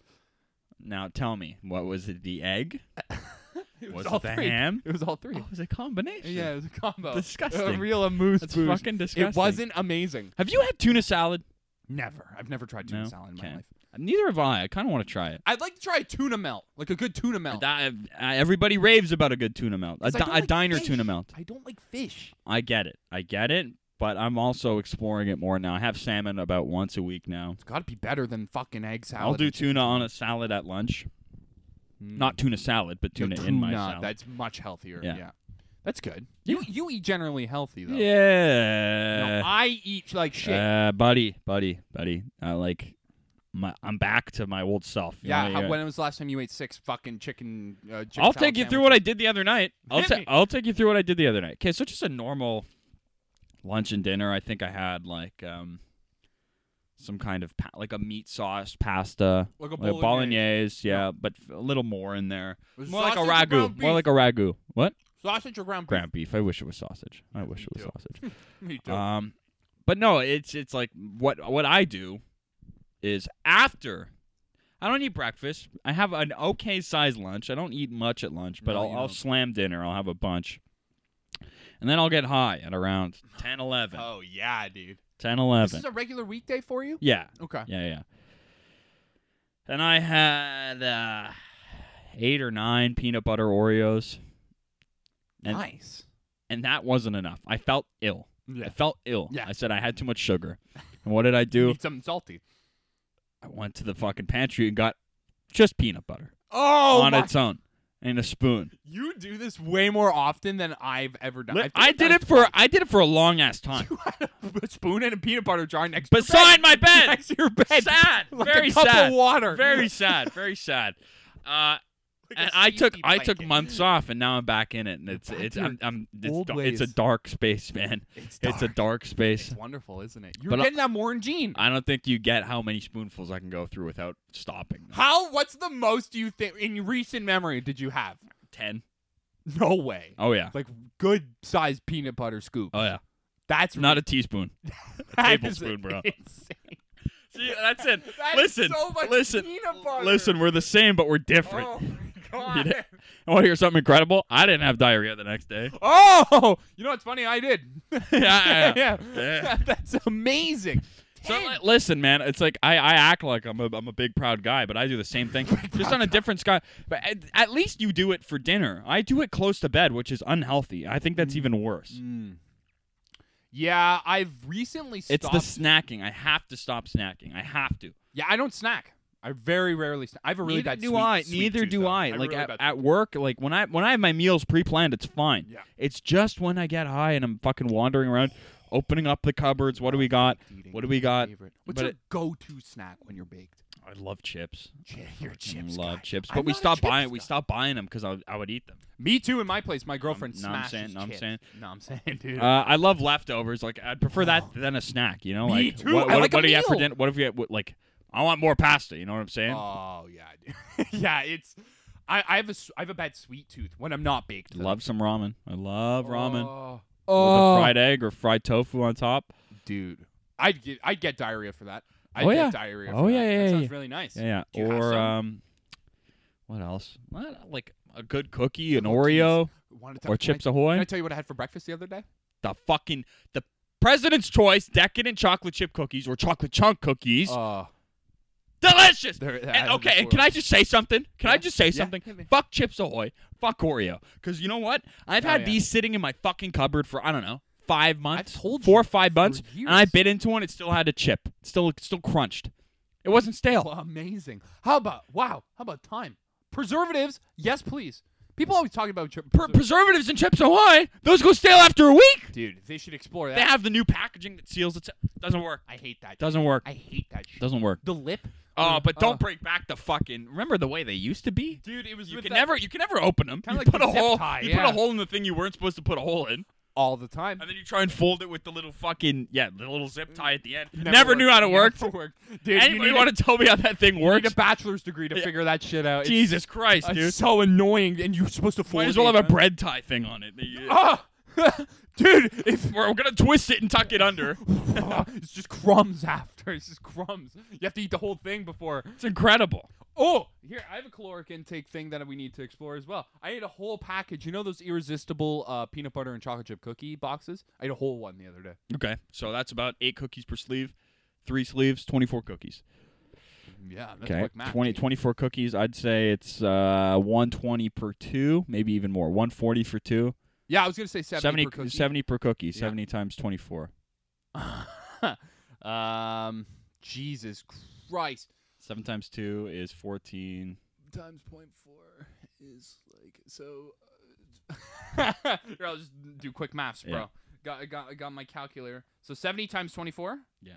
Now tell me, what was it? The egg?
it
Was
was, all
it the
three
ham?
it was all three.
Oh, it was a combination.
yeah it was a combo
Disgusting.
a real amuse
That's
bouche.
fucking disgusting.
it wasn't amazing
Have you had tuna salad?
never i've never tried tuna
No?
salad in
Okay.
my life
Neither have I. I kind of want to try it.
i'd like to try a tuna melt like a good tuna melt
That- I- everybody raves about a good tuna melt, a,
'Cause I
di-
don't
a
like
diner
fish.
tuna melt.
i don't like fish
I get it. I get it. But I'm also exploring it more now. I have salmon about once a week now.
it's got to be better than fucking egg salad Mm.
I'll do
and shit.
tuna on a salad at lunch. Not tuna salad, but
No,
tuna, in my salad.
That's much healthier. Yeah.
Yeah.
That's good. You you eat generally healthy though. No,
yeah.
I eat like shit.
Uh, buddy, buddy, buddy. I like my. I'm back to my old self. you
yeah,
know,
how, when was the last time you ate six fucking chicken? Uh, chicken
I'll
salad
take you through
sandwiches?
what I did the other night. I'll,
Hit
ta-
me.
I'll take you through what I did the other night. Okay, so just a normal lunch and dinner. I think I had like um, some kind of pa- like a meat sauce pasta,
Like a
like bolognese, yeah, but f- a little more in there.
Was it
More like a
sausage or
ragu.
ground
More
beef?
like a ragu. What?
sausage or ground beef?
Ground beef. I wish it was sausage. I wish it
me
was
too.
sausage.
Me too.
Um, but no, it's it's like what what I do is after I don't eat breakfast. I have an okay sized lunch. I don't eat much at lunch, but
No, you
I'll, I'll
don't.
slam dinner. I'll have a bunch, and then I'll get high at around 10, 11.
oh yeah, dude.
10,
This
11.
is a regular weekday for you.
yeah,
Okay.
yeah, yeah. And I had uh, eight or nine peanut butter Oreos, and
nice.
and that wasn't enough. I felt ill. I
Yeah.
felt ill.
Yeah.
I said I had too much sugar. And what did I
You
do?
Need something salty.
I went to the fucking pantry and got just peanut butter
Oh
on
my-
its own and a spoon.
You do this way more often than I've ever done.
Li-
think
I
I've
did
done
it for I did it for a long ass time.
You had a spoon and a peanut butter jar next to your bed.
Beside my bed.
next to your bed.
Sad.
Like
very
a cup
sad.
of water.
Very sad. Very sad. Uh,
Like a
and I took
safety
I took
blanket.
months off and now I'm back in it and it's
back
it's
to your
I'm, I'm it's,
old
da- it's a
ways.
dark space, man.
It's,
It's a
dark.
dark space.
It's wonderful, isn't it? You're
But I-
getting that more in Gene.
I don't think you get how many spoonfuls I can go through without stopping.
How? What's the most you think in recent memory did you have?
10.
No way.
Oh yeah.
Like good sized peanut butter scoop.
Oh yeah.
That's
Not a teaspoon.
a
tablespoon, bro.
Insane.
See, that's it.
That is
listen,
so much
listen,
peanut butter.
listen. We're the same, but we're different.
Oh my
You
god.
didn't- Want to hear something incredible? I didn't have diarrhea the next day.
Oh, you know what's funny? I did.
yeah,
yeah.
Yeah.
That's amazing.
So
Ten.
li- listen, man. It's like I, I act like I'm a, I'm a big proud guy, but I do the same thing, just on a different sky. But at, at least you do it for dinner. I do it close to bed, which is unhealthy. I think that's
Mm.
even worse.
yeah, I've recently stopped.
It's the snacking. I have to stop snacking. I have to.
yeah, I don't snack. I very rarely snack. I have a really
neither
bad
do
sweet-
I.
sweet
neither
tooth,
do
though.
I.
have a
like
really
at,
bad
at work, like when I when I have my meals pre-planned, it's fine.
Yeah.
It's just when I get high and I'm fucking wandering around. opening up the cupboards. What do we got?
Baked Oh, eating
What do
is
we
my
got?
favorite. What's
But
your
it-
go-to snack when you're baked?
I love chips.
Chip, your
Fucking
chips.
love
guy.
chips.
I'm
But we
not a
stopped
chips
buying. We
guy.
stopped buying them because I, would- I would eat them.
Me too. In my place, my girlfriend
no, I'm
smashes
saying- no, I'm
chips.
saying.
No, I'm saying, dude.
Uh, I love leftovers. Like I'd prefer that than a snack. You know, like
Oh. Me too.
what,
I
what,
like a
what do you have for
meal.
dinner? What if you had, what, like? I want more pasta. You know what I'm saying?
oh yeah, I do. yeah. It's I, I have a s- I have a bad sweet tooth when I'm not baked. though.
love some ramen. I love ramen
Oh,
with
Oh.
a fried egg or fried tofu on top.
dude, I'd get I'd get diarrhea for that. I'd
Oh,
get
yeah.
diarrhea.
Oh,
for
yeah,
that.
yeah,
that
yeah,
sounds
yeah.
really nice.
Yeah,
Do
yeah.
you have
Or
some?
um, what else? What, like a good cookie, an Oreo,
Wanna tell-
or
can I-
Chips Ahoy.
Can I tell you what I had for breakfast the other day?
the fucking the President's Choice decadent chocolate chip cookies or chocolate chunk cookies.
Oh,
Delicious.
They're- they're
And-
out of
okay,
this
and can I
world.
just say something? Can I
Yeah,
just say
yeah,
something?
hit me.
Fuck Chips Ahoy. Fuck Oreo. Because you know what? I've
Oh,
had
yeah.
these sitting in my fucking cupboard for I don't know five months,
told
four
you
or five
for
months, and I
years.
bit into one. It still had a chip. It's still it's still crunched. It wasn't stale.
amazing. How about wow? How about time? Preservatives? Yes, please. People always talking about chip.
Per- preservatives and Chips Ahoy, those go stale after a week.
dude, they should explore
They
that.
have the new packaging that seals it. Doesn't work.
I hate that.
Doesn't work.
I hate that shit.
Doesn't work.
the lip.
Oh, but
Oh.
don't bring back the fucking. Remember the way they used to be.
Dude, it was
You
with
can
that
never, you can never open them. You
Kinda like
put
the
a
zip
hole,
tie,
you
yeah.
put a hole in the thing you weren't supposed to put a hole in,
all the time.
and then you try and fold it with the little fucking yeah, the little zip tie at the end. Never,
worked.
knew how to work.
Never worked. Dude, you
Anybody
need,
want to tell me how that thing
a, you need
works?
a bachelor's degree to figure that shit out. It's-
Jesus Christ,
it's,
dude!
so annoying, and you're supposed to fold.
Might as
it
well have a
in.
bread tie thing on it. You-
Ah! dude, if
We're gonna twist it and tuck it under.
it's just crumbs after. It's just crumbs. You have to eat the whole thing before.
It's incredible.
Oh, here I have a caloric intake thing that we need to explore as well. I ate a whole package. You know those irresistible uh, peanut butter and chocolate chip cookie boxes? I ate a whole one the other day.
Okay, so that's about eight cookies per sleeve, three sleeves, twenty-four cookies.
Yeah, that's
Okay,
quick math.
20, 24 cookies. I'd say it's uh, 120 per two, maybe even more. 140 for two.
Yeah, I was gonna say seventy.
70
per cookie.
70 per cookie.
Yeah.
70 times 24.
um, Jesus Christ.
7 times 2 is 14.
Times point four is like so. Uh, Here, I'll just do quick maths, bro.
Yeah.
Got I got I got my calculator. So seventy times twenty four.
Yeah.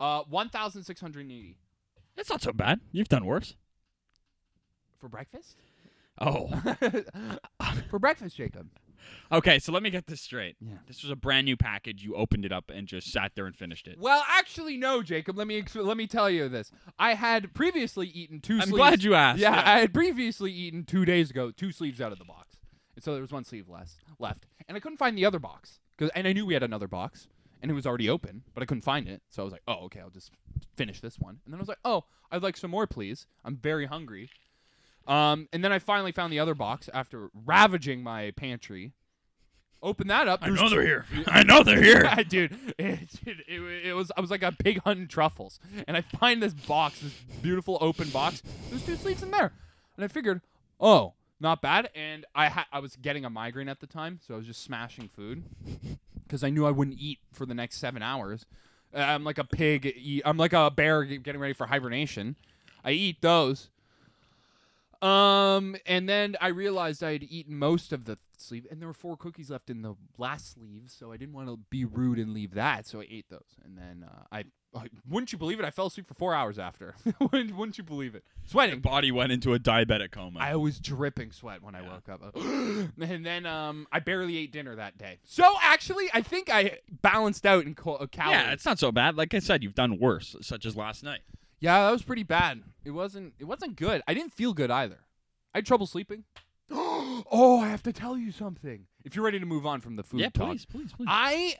Uh, one thousand six hundred eighty
That's not so bad. You've done worse.
for breakfast.
Oh.
for breakfast, Jacob.
okay, so let me get this straight.
Yeah.
This was a brand new package. You opened it up and just sat there and finished it.
Well, actually, no, Jacob. Let me ex- let me tell you this. I had previously eaten 2
I'm
sleeves.
glad you asked.
Yeah,
Yeah.
I had previously eaten two days ago two sleeves out of the box, and so there was one sleeve less left, and I couldn't find the other box 'Cause- and I knew we had another box, and it was already open, but I couldn't find it. So I was like, oh, okay, I'll just finish this one, and then I was like, oh, I'd like some more, please. I'm very hungry. Um, and then I finally found the other box after ravaging my pantry. Open that up. there's two-
here. I know they're here.
yeah, dude, it, dude, it, wa- it was I was like a pig hunting truffles, and I find this box, this beautiful open box. There's two sleeves in there, and I figured, oh, not bad. And I ha- I was getting a migraine at the time, so I was just smashing food because I knew I wouldn't eat for the next seven hours. Uh, I'm like a pig. e- I'm like a bear ge- getting ready for hibernation. I eat those. Um, and then I realized I had eaten most of the sleeve, and there were four cookies left in the last sleeve, so I didn't want to be rude and leave that, so I ate those. And then uh, I, I, wouldn't you believe it? I fell asleep for four hours after. wouldn't, wouldn't you believe it?
Your
Sweating.
body went into a diabetic coma.
I was dripping sweat when I woke up. and then um, I barely ate dinner that day. So actually, I think I balanced out in cal- calories.
yeah, it's not so bad. Like I said, you've done worse, such as last night.
Yeah, that was pretty bad. It wasn't. It wasn't good. I didn't feel good either. I had trouble sleeping. oh, I have to tell you something. If you're ready to move on from the food
yeah,
talk,
please, please, please.
I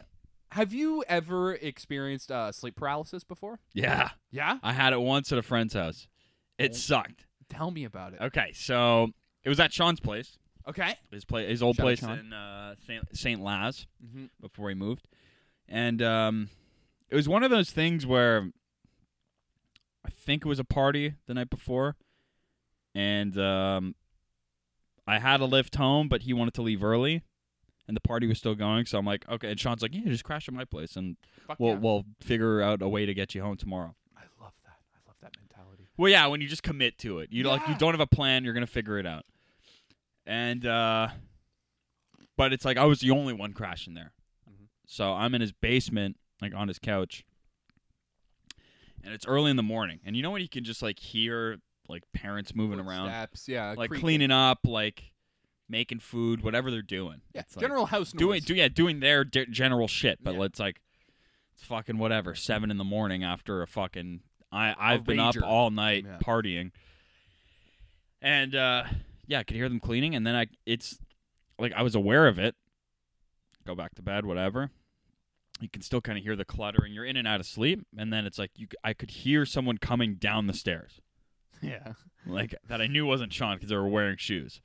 have you ever experienced uh, sleep paralysis before?
yeah.
Yeah.
I had it once at a friend's house. It sucked.
Tell me about it.
Okay, so it was at Sean's place,
Okay.
his place, his old
Shout out
place
Sean.
in uh, Saint Saint Laz
Mhm.
before he moved, and um, it was one of those things where I think it was a party the night before, and um, I had a lift home, but he wanted to leave early, and the party was still going. So I'm like, okay, and Sean's like, yeah, just crash at my place, and
Fuck
we'll
yeah.
we'll figure out a way to get you home tomorrow.
I love that. I love that mentality.
Well, yeah, when you just commit to it, you like you
Yeah.
don't have a plan, you're gonna figure it out. And uh but it's like I was the only one crashing there,
Mhm.
So I'm in his basement, like on his couch, and it's early in the morning. And you know when you can just like hear like parents moving around,
Footsteps, yeah,
like
creaking.
cleaning up, like making food, whatever they're doing.
Yeah,
It's like-
general house noise.
doing do, yeah doing their d- general shit but
Yeah.
let's like it's fucking whatever seven in the morning after a fucking i i've been
rager.
up all night
Yeah.
partying and uh yeah i could hear them cleaning and then i it's like i was aware of it go back to bed whatever you can still kind of hear the cluttering you're in and out of sleep and then it's like you c- i could hear someone coming down the stairs
yeah.
like that i knew wasn't sean because they were wearing shoes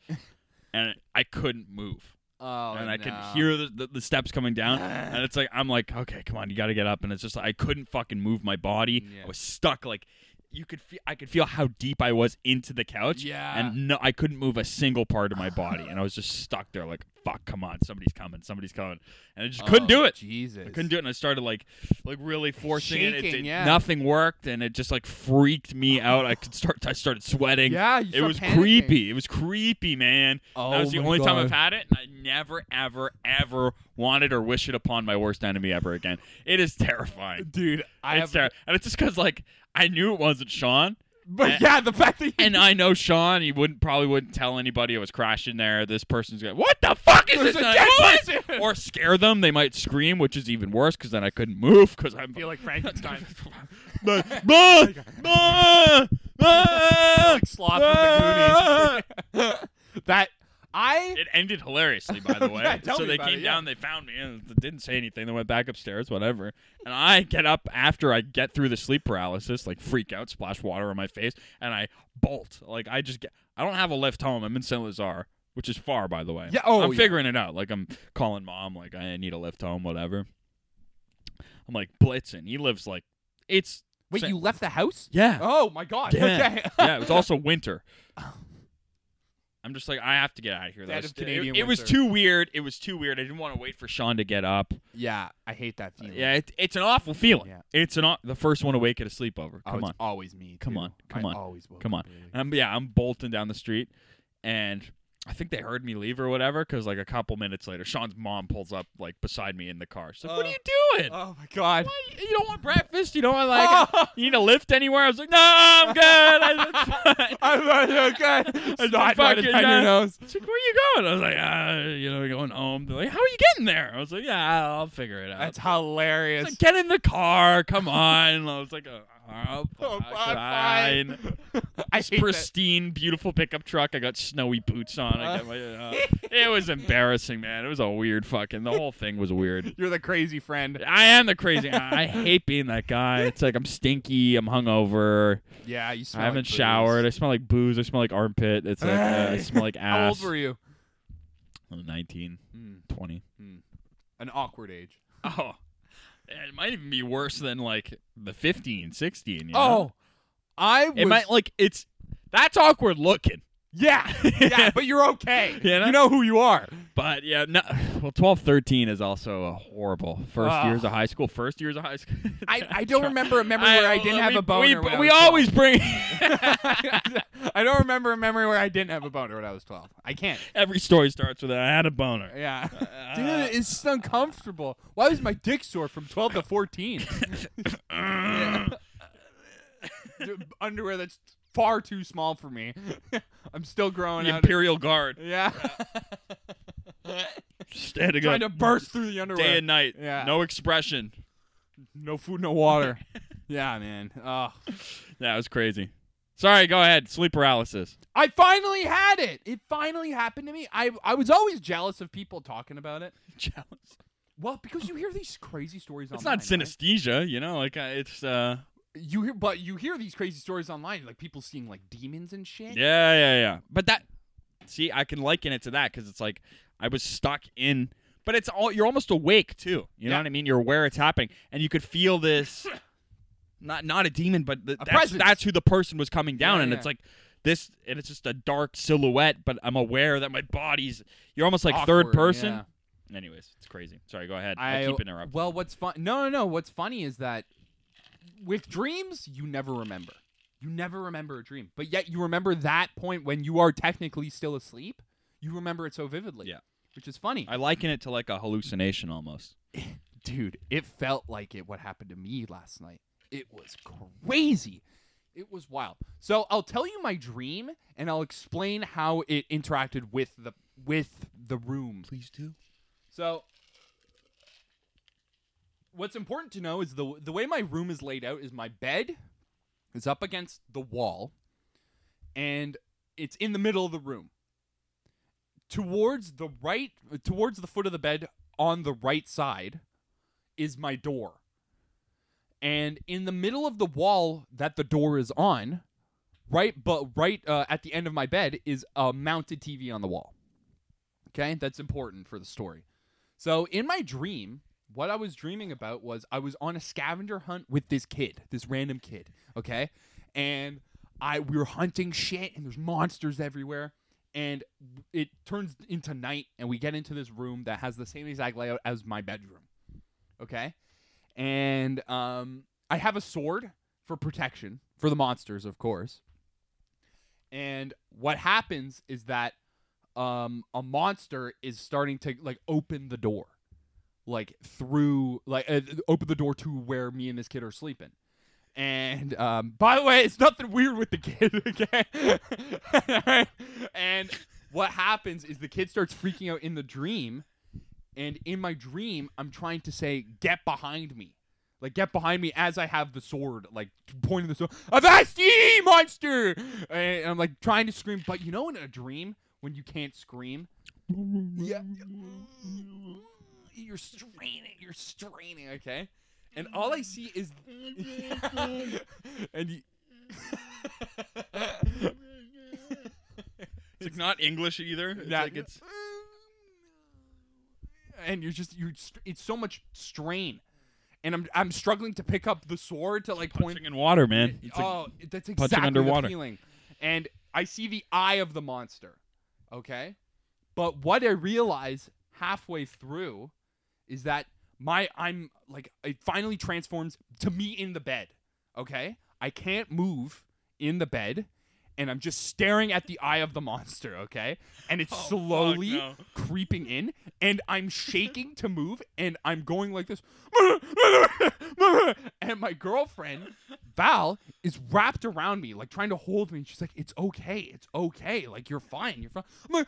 and i couldn't move
Oh,
and I can
no.
hear the, the, the steps coming down. and it's like I'm like, okay, come on, you got to get up. And it's just like, I couldn't fucking move my body.
Yeah.
I was stuck. Like you could, feel, I could feel how deep I was into the couch.
Yeah.
And no, I couldn't move a single part of my body, and I was just stuck there. Like fuck, come on, somebody's coming, somebody's coming, and I just couldn't
Oh,
do it.
Jesus,
I couldn't do it, and I started like, like really forcing it. it
Shaking,
did-
yeah. Oh.
Nothing worked, and it just like freaked me out. I could start. I started sweating.
Yeah, you
it
start
was
panicking.
creepy. It was creepy, man.
Oh
that was the
my
only time
God.
I've had it, and I never, ever, ever wanted or wish it upon my worst enemy ever again. It is terrifying.
dude. I
it's
have,
ter- and it's just because like I knew it wasn't Sean,
but yeah, the fact that you
and I know Sean. He wouldn't probably wouldn't tell anybody I was crashing there. This person's going, "What the fuck is
There's
this?"
a
thing?
dead
What?"
person.
Or scare them. They might scream, which is even worse because then I couldn't move because I'm
feel like Frankenstein,
bah, bah, bah, bah,
like sloth from the Goonies. that I
It ended hilariously, by the way.
Yeah, tell
so
me
they
about
came
it, yeah.
down, they found me, and th- didn't say anything. They went back upstairs, whatever. And I get up after I get through the sleep paralysis, like freak out, splash water on my face, and I bolt. Like I just get, I don't have a lift home. I'm in Saint Lazar, which is far, by the way.
Yeah, oh,
I'm
yeah.
figuring it out. Like I'm calling mom, like I need a lift home, whatever. I'm like blitzing. He lives like it's
wait,
Sa-
you left the house?
yeah.
Oh my god.
Yeah.
Okay.
yeah, it was also winter. I'm just like, I have to get out of here.
Dead
That was,
of Canadian
it, it was
winter.
too weird. It was too weird. I didn't want to wait for Sean to get up.
yeah, I hate that feeling.
Yeah, it, it's an awful feeling.
Yeah.
It's an aw- the first one awake at a sleepover.
Oh,
Come
it's
on,
always me.
Come
too.
on, come
I
on,
always woke
come on.
up
Uh,
early.
I'm, yeah, I'm bolting down the street, and I think they heard me leave or whatever. Because like a couple minutes later, Sean's mom pulls up like beside me in the car. She's like, "What are
Oh.
you doing?
Oh my god.
Why- You don't want breakfast? You don't want like you need a lift anywhere?" I was like, "No, I'm good. I, it's fine."
I'm like, okay.
It's
Snot right
fucking
down your
nuts.
nose.
It's like, where you going? I was like, uh, you know, going home. They're like, how are you getting there? I was like, yeah, I'll figure it out.
That's
I was
hilarious.
like, get in the car. Come on. And I was like, oh, oh,
Oh,
fuck,
fine,
fine.
fine. I
This
hate that.
pristine, beautiful pickup truck. I got snowy boots on. I got my, uh, it was embarrassing, man. It was a weird fucking. The whole thing was weird.
You're the crazy friend.
I am the crazy. I I hate being that guy. It's like I'm stinky. I'm hungover.
Yeah, you smell
I
like
haven't
booze.
showered. I smell like booze. I smell like armpit. It's like uh, I smell like ass.
How old were you?
I'm 19,
Mm,
20.
an awkward age.
Hmm. Oh. It might even be worse than like the 15, 16. You know?
Oh, I was.
It might like it's that's awkward looking.
yeah, yeah, but you're okay.
You know?
You know who you are.
But yeah, no well 12, 13 is also a horrible. First
Ah.
years of high school, first years of high school.
I, I don't remember a memory where I didn't have
we,
a boner.
We,
when I
we
was 12.
always bring
I don't remember a memory where I didn't have a boner when I was 12. I can't.
every story starts with I had a boner.
Yeah. Dude, it's just uncomfortable. Why was my dick sore from 12 to 14? Yeah. Dude, Underwear that's far too small for me. I'm still growing
The
out.
Imperial Guard
yeah.
standing
Trying
up
to burst through the underwear.
day and night.
Yeah.
No expression.
No food, no water. yeah, man. Oh.
That was crazy. Sorry, go ahead. Sleep paralysis.
I finally had it. It finally happened to me. I I was always jealous of people talking about it. Oh
Jealous.
Well, because you hear these crazy stories
It's
online.
not
right?
synesthesia, you know. Like uh, it's uh,
You hear, but you hear these crazy stories online, like people seeing like demons and shit.
yeah, yeah, yeah. But that, see, I can liken it to that because it's like I was stuck in. But it's all you're almost awake too. You know
Yeah.
what I mean? You're aware it's happening, and you could feel this. Not not a demon, but the,
A
that's
presence.
that's who the person was coming down,
Yeah,
and
yeah.
it's like this, and it's just a dark silhouette. But I'm aware that my body's. You're almost like third
Awkward,
person.
yeah.
Anyways, it's crazy. Sorry, go ahead.
I
I'll keep interrupting.
Well, what's fun? No, no, no. What's funny is that with dreams, you never remember. You never remember a dream, but yet you remember that point when you are technically still asleep. You remember it so vividly.
Yeah.
Which is funny.
I liken it to like a hallucination almost.
dude, it felt like it what happened to me last night. It was crazy. It was wild. So I'll tell you my dream and I'll explain how it interacted with the with the room. Please do. So what's important to know is the the way my room is laid out is my bed is up against the wall and it's in the middle of the room towards the right towards the foot of the bed on the right side is my door and in the middle of the wall that the door is on right but right uh, at the end of my bed is a mounted tv on the wall okay that's important for the story so in my dream what i was dreaming about was i was on a scavenger hunt with this kid this random kid okay and i we were hunting shit and there's monsters everywhere and it turns into night and we get into this room that has the same exact layout as my bedroom okay and um i have a sword for protection for the monsters of course and what happens is that um a monster is starting to like open the door like through like uh, open the door to where me and this kid are sleeping and um, by the way, it's nothing weird with the kid, okay? and what happens is the kid starts freaking out in the dream, and in my dream, I'm trying to say, "Get behind me." Like get behind me as I have the sword, like pointing the sword. Avast ye, monster! And I'm like trying to scream, but you know, in a dream when you can't scream, yeah, you're straining, you're straining, okay? and all I see is and you
It's like not English either. It's
Yeah.
like it's
uh, and you're just you are it's so much strain and I'm I'm struggling to pick up the sword to like point
punching in water, man. It's like,
oh, that's exactly
underwater.
the feeling. And I see the eye of the monster. Okay, but what I realize halfway through is that my I'm like it finally transforms to me in the bed. Okay, I can't move in the bed, and I'm just staring at the eye of the monster. Okay, and it's
Oh,
slowly
fuck, no.
creeping in, and I'm shaking to move, and I'm going like this. And my girlfriend, Val, is wrapped around me, like trying to hold me. She's like, It's okay. It's okay. Like, you're fine. You're fine. I'm like,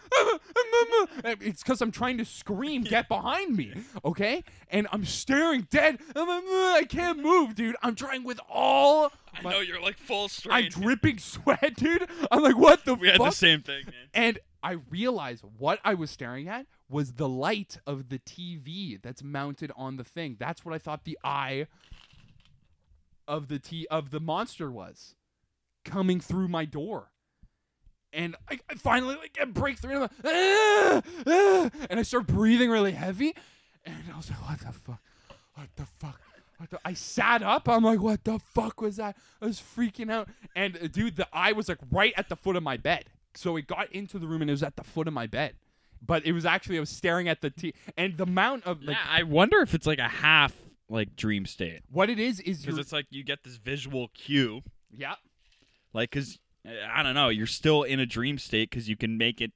and It's because I'm trying to scream, Get behind me. Okay? And I'm staring dead. I can't move, dude. I'm trying with all.
I know
My,
you're like full strain.
I'm dripping sweat, dude. I'm like, What the
we had the
fuck?
same thing, man.
And I realized what I was staring at was the light of the TV that's mounted on the thing. That's what I thought the eye of the t of the monster was coming through my door. And I, I finally like get breakthrough and I'm like, "Ah, ah," and I start breathing really heavy and I was like, what the fuck? What the fuck? What the-" I sat up. I'm like, what the fuck was that? I was freaking out. And uh, dude, the eye was like right at the foot of my bed. So it got into the room and it was at the foot of my bed. But it was actually I was staring at the t and the amount of like
yeah, I wonder if it's like a half like dream state
what it is is
because
you're,
it's like you get this visual cue,
yeah
like because I don't know, you're still in a dream state because you can make it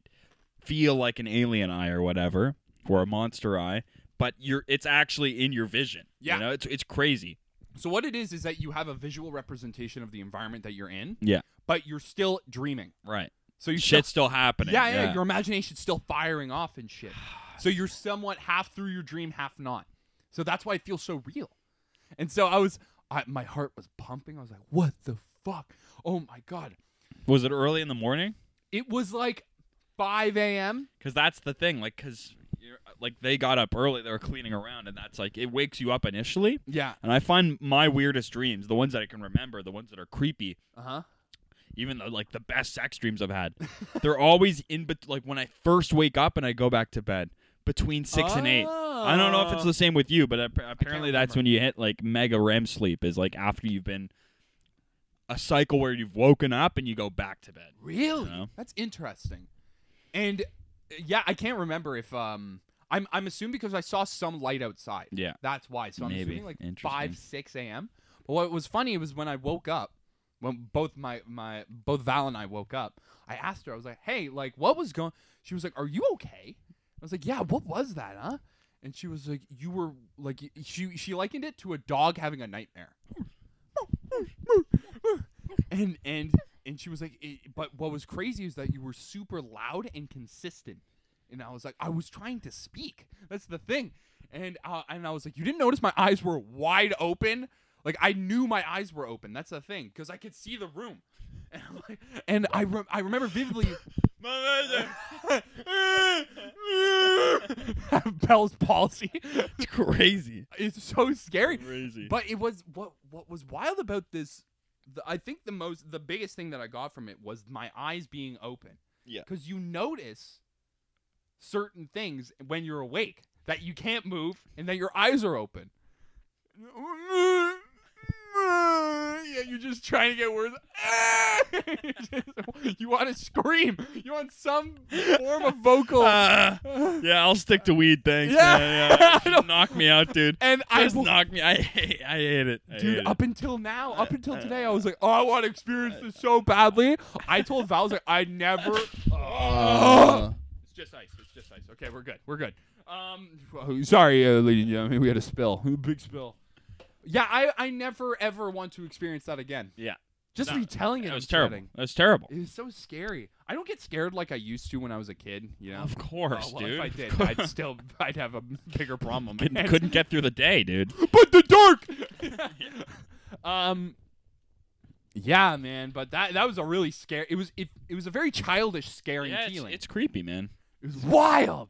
feel like an alien eye or whatever or a monster eye, but you're it's actually in your vision.
Yeah.
you know, it's it's crazy.
So what it is is that you have a visual representation of the environment that you're in.
Yeah.
But you're still dreaming.
Right,
So you
shit's still happening.
still, yeah, yeah, your imagination's still firing off and shit. So you're somewhat half through your dream, half not. So that's why it feels so real. And so I was I, my heart was pumping. I was like, "What the fuck? Oh my god."
was it early in the morning?
It was like 5 a.m.
Because that's the thing, like, because like they got up early, they were cleaning around, and that's like it wakes you up initially.
Yeah.
And I find my weirdest dreams, the ones that I can remember, the ones that are creepy,
Uh-huh.
even though like the best sex dreams I've had, they're always in bet like when I first wake up and I go back to bed between six and eight. I don't know if it's the same with you, but ap- apparently that's
remember.
when you hit like mega REM sleep is like after you've been a cycle where you've woken up and you go back to bed.
Really?
know?
That's interesting. And uh, yeah, I can't remember if um I'm I'm assuming because I saw some light outside.
Yeah.
That's why. So I'm
Maybe.
assuming like
Interesting.
five, six AM. But what was funny was when I woke up, when both my my both Val and I woke up, I asked her, I was like, Hey, like what was going she was like, Are you okay? I was like, Yeah, what was that, huh? and she was like, "You were like y- she she likened it to a dog having a nightmare." and and and she was like, it, "But what was crazy is that you were super loud and consistent." And I was like, "I was trying to speak. That's the thing." And uh, and I was like, "You didn't notice my eyes were wide open." Like I knew my eyes were open. That's the thing, because I could see the room, and, I'm like, and I rem- I remember vividly Bell's palsy.
It's crazy.
It's so scary.
Crazy.
But it was what what was wild about this. The, I think the most the biggest thing that I got from it was my eyes being open.
Yeah.
Because you notice certain things when you're awake that you can't move and that your eyes are open. Yeah, you're just trying to get words. you want to scream. You want some form of vocal.
Ah, yeah, I'll stick to weed. Thanks.
Yeah.
man. Yeah,
I don't-
knock me out, dude.
and I
Just
bel-
knock me. I hate. I hate it. I hate
dude
it.
up until now up until today i was like oh i want to experience this so badly i told val I was like i never
Uh,
it's just ice it's just ice okay we're good we're good um oh, sorry uh, ladies and gentlemen we had a spill big spill yeah i i never ever want to experience that again
Yeah.
just
No,
retelling it
That was
I'm
terrible.
sweating.
That was terrible.
it was so scary i don't get scared like i used to when i was a kid you know
Of course,
Oh, well,
dude.
if i
Of
did
course.
i'd still i'd have a bigger problem on my
Couldn't-
hands.
couldn't get through the day, dude.
but the dark. um. Yeah, man, but that that was a really scary. It was it, it was a very childish, scaring
Yeah, it's,
feeling.
it's creepy, man.
it was wild.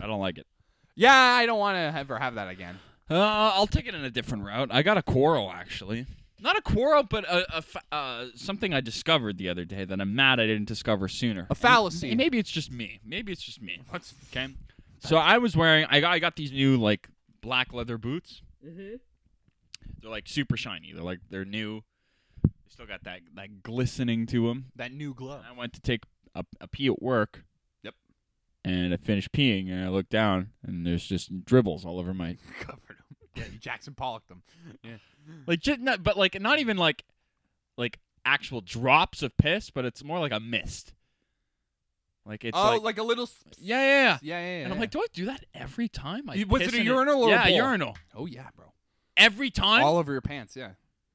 I don't like it.
Yeah, I don't want to ever have that again.
Uh, I'll take it in a different route. I got a quarrel actually. Not a quarrel, but a, a fa- uh, something I discovered the other day that I'm mad I didn't discover sooner.
A fallacy.
And maybe it's just me. Maybe it's just me.
What's
Okay. So I was wearing. I got, I got these new like black leather boots. Mm-hmm. They're like super shiny. They're like they're new. They still got that that glistening to them.
that new glove?
I went to take a, a pee at work.
Yep.
And I finished peeing, and I looked down, and there's just dribbles all over my
Covered him. Yeah, you Jackson Pollock them. Yeah.
like just not, but like not even like like actual drops of piss, but it's more like a mist. Like it's
oh,
like,
like, a little. s-
yeah, yeah, yeah.
Yeah, yeah, yeah.
And I'm like, do I do that every time? I
You- was
piss
it a
in
urinal or a
yeah,
bowl?
urinal
oh yeah, bro.
every time?
all over your pants. Yeah.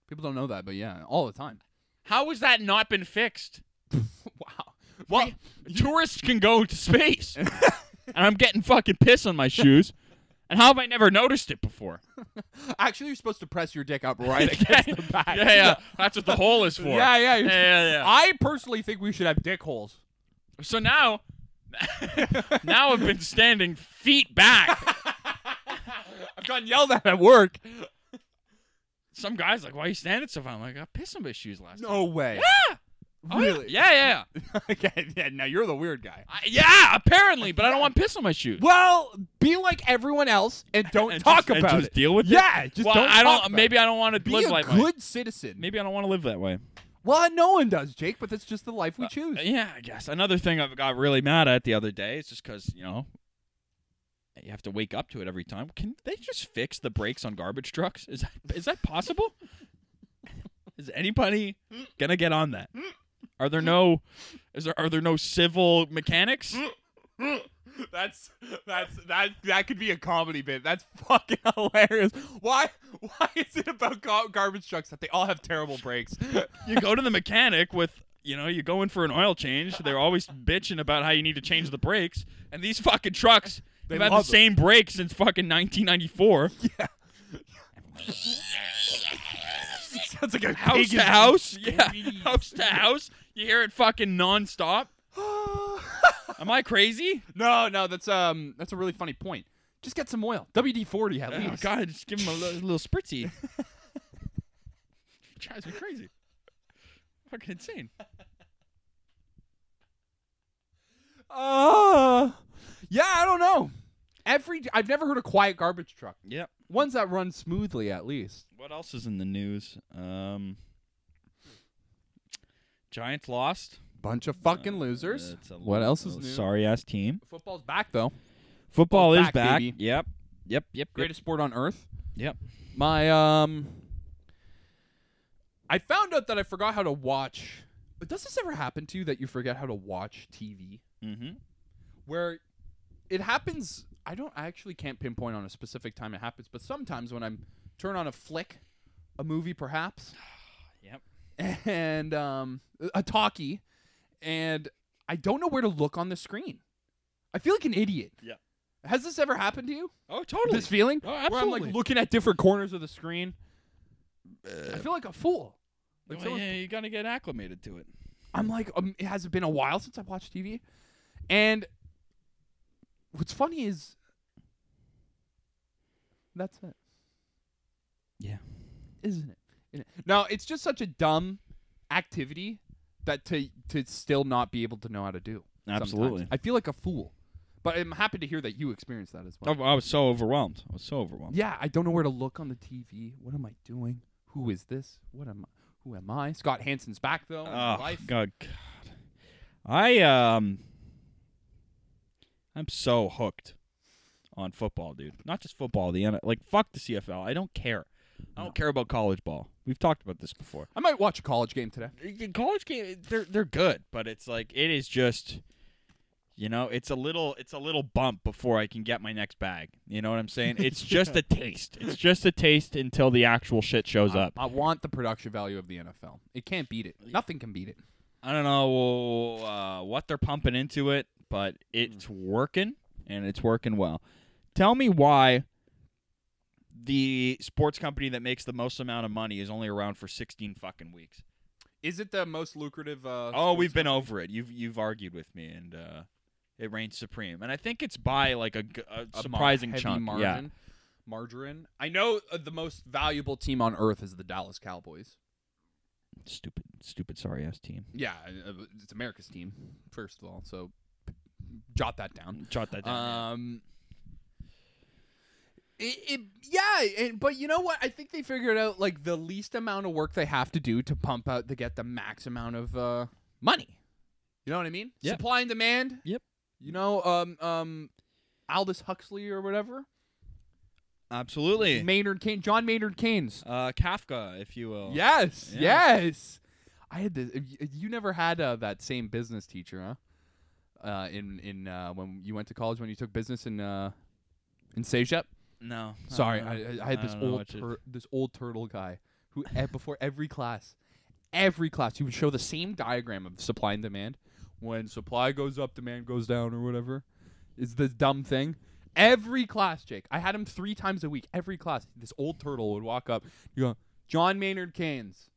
People don't know that, but yeah, all the time.
How has that not been fixed?
wow.
Well, tourists can go to space, and I'm getting fucking piss on my shoes. And how have I never noticed it before?
Actually, you're supposed to press your dick up right against the back.
Yeah, yeah, that's what the hole is for.
Yeah, yeah.
yeah, yeah. yeah.
I personally think we should have dick holes.
So now, now I've been standing feet back.
I've gotten yelled at at work.
Some guys like, why are you standing so far? I'm like, I pissed on my shoes last night.
No way.
Yeah. Oh, yeah.
Really?
Yeah, yeah, yeah.
okay, yeah, now you're the weird guy.
I, yeah. Apparently, but I don't want piss on my shoes.
Well, be like everyone else and don't
And
talk
just, and
about
just
it.
Deal with it.
yeah, just
well,
don't
I
talk
don't.
about
Maybe
it.
I don't want to
be
live
a
like
good citizen.
Maybe I don't want to live that way.
Well, no one does, Jake, but that's just the life we choose.
Yeah, I guess. Another thing I got really mad at the other day is just because you know you have to wake up to it every time. Can they just fix the brakes on garbage trucks? Is that is that possible? is anybody gonna get on that? Are there no is there are there no civil mechanics?
That's that's that that could be a comedy bit. That's fucking hilarious. Why why is it about gar- garbage trucks that they all have terrible brakes?
You go to the mechanic with you know you go in for an oil change. They're always bitching about how you need to change the brakes, and these fucking trucks.
They
They've had the
love 'em.
same brakes since fucking 1994.
Sounds like a
house to
pagan-
house, yeah, house to house. You hear it fucking nonstop. Am I crazy?
no, no, that's um, that's a really funny point. Just get some oil, WD forty at
Oh
least.
God, just give him a little, little spritzy. drives me crazy. Fucking insane.
Uh, yeah, I don't know. Every I've never heard a quiet garbage truck.
Yep.
Ones that run smoothly at least.
What else is in the news? Um, Giants lost. Uh,
Bunch of fucking losers. what else is new?
oh, Sorry ass team.
Football's back though.
Football
Football's
is
back,
back.
baby.
Yep. Yep. Yep.
Greatest sport on earth.
Yep.
My um I found out that I forgot how to watch. But does this ever happen to you that you forget how to watch TV?
Yep. Mm-hmm.
Where it happens I I don't. I actually can't pinpoint on a specific time it happens, but sometimes when I'm turn on a flick, a movie perhaps,
Yep.
and um, a talkie, and I don't know where to look on the screen. I feel like an idiot.
Yeah.
Has this ever happened to you?
Oh, totally.
This feeling
Oh,
where I'm
absolutely.
like looking at different corners of the screen.
Uh,
I feel like a fool. Like
Well,
someone's
Oh, yeah, you gotta get acclimated to it.
I'm like, um, it has been a while since I've watched TV. And what's funny is that's it,
Yeah.
isn't it? Isn't it? Now, it's just such a dumb activity that to to still not be able to know how to do. sometimes.
Absolutely.
I feel like a fool. But I'm happy to hear that you experienced that as
I,
well.
Oh, I was so overwhelmed. I was so overwhelmed.
Yeah, I don't know where to look on the TV. What am I doing? Who is this? What am I? Who am I? Scott Hansen's back though. in
Oh
life.
God, God. I um, I'm so hooked on football, dude. Not just football, the N like fuck the CFL. I don't care. I don't care about college ball. We've talked about this before.
I might watch a college game today.
The College game, they're they're good, but it's like it is just, you know, it's a little it's a little bump before I can get my next bag. You know what I'm saying? It's just a taste. It's just a taste until the actual shit shows up.
Um, I want the production value of the NFL. It can't beat it. Nothing can beat it.
I don't know uh, what they're pumping into it, but it's
Hmm.
working and it's working well. Tell me why the sports company that makes the most amount of money is only around for 16 fucking weeks.
Is it the most lucrative? Uh,
Oh, we've been over it. You've you've argued with me and uh, it reigns supreme. And I think it's by like a, g- a surprising chunk. Yeah.
Margin. Margarine. I know uh, the most valuable team on earth is the Dallas Cowboys.
Stupid stupid sorry ass team.
Yeah, uh, it's America's team first of all. So jot that down.
Jot that down.
Um, it, it yeah, and, but you know what? I think they figured out like the least amount of work they have to do to pump out to get the max amount of uh, money. You know what I mean?
Yeah.
Supply and demand.
Yep.
You know, um, um, Aldous Huxley or whatever,
Absolutely.
Maynard Keynes, John Maynard Keynes.
Uh, Kafka, if you will.
Yes,
Oh. Yeah.
yes. I had this. you- You never had uh, that same business teacher, huh? Uh, in in uh, when you went to college when you took business in uh, in Sejep.
No.
Sorry,
Uh,
I, I, I had this
don't know
old
what you-
tur- this old turtle guy who e- before every class, every class he would show the same diagram of supply and demand. When supply goes up, demand goes down, or whatever, is the dumb thing. Every class, Jake. I had him three times a week. Every class, this old turtle would walk up. You go, John Maynard Keynes,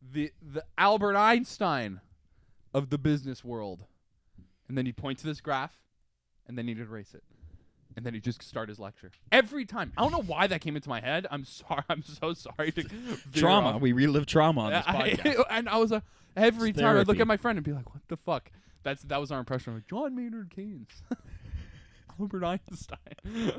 the the Albert Einstein of the business world, and then he'd point to this graph, and then he'd erase it and then he just start his lecture every time. I don't know why that came into my head. I'm sorry. I'm so sorry. To veer
Trauma.
off.
We relive trauma on this
I-
podcast.
and I was like, every
It's
time I'd look
therapy.
at my friend and be like, "What the fuck?" That's that was our impression of John Maynard Keynes, Albert Einstein.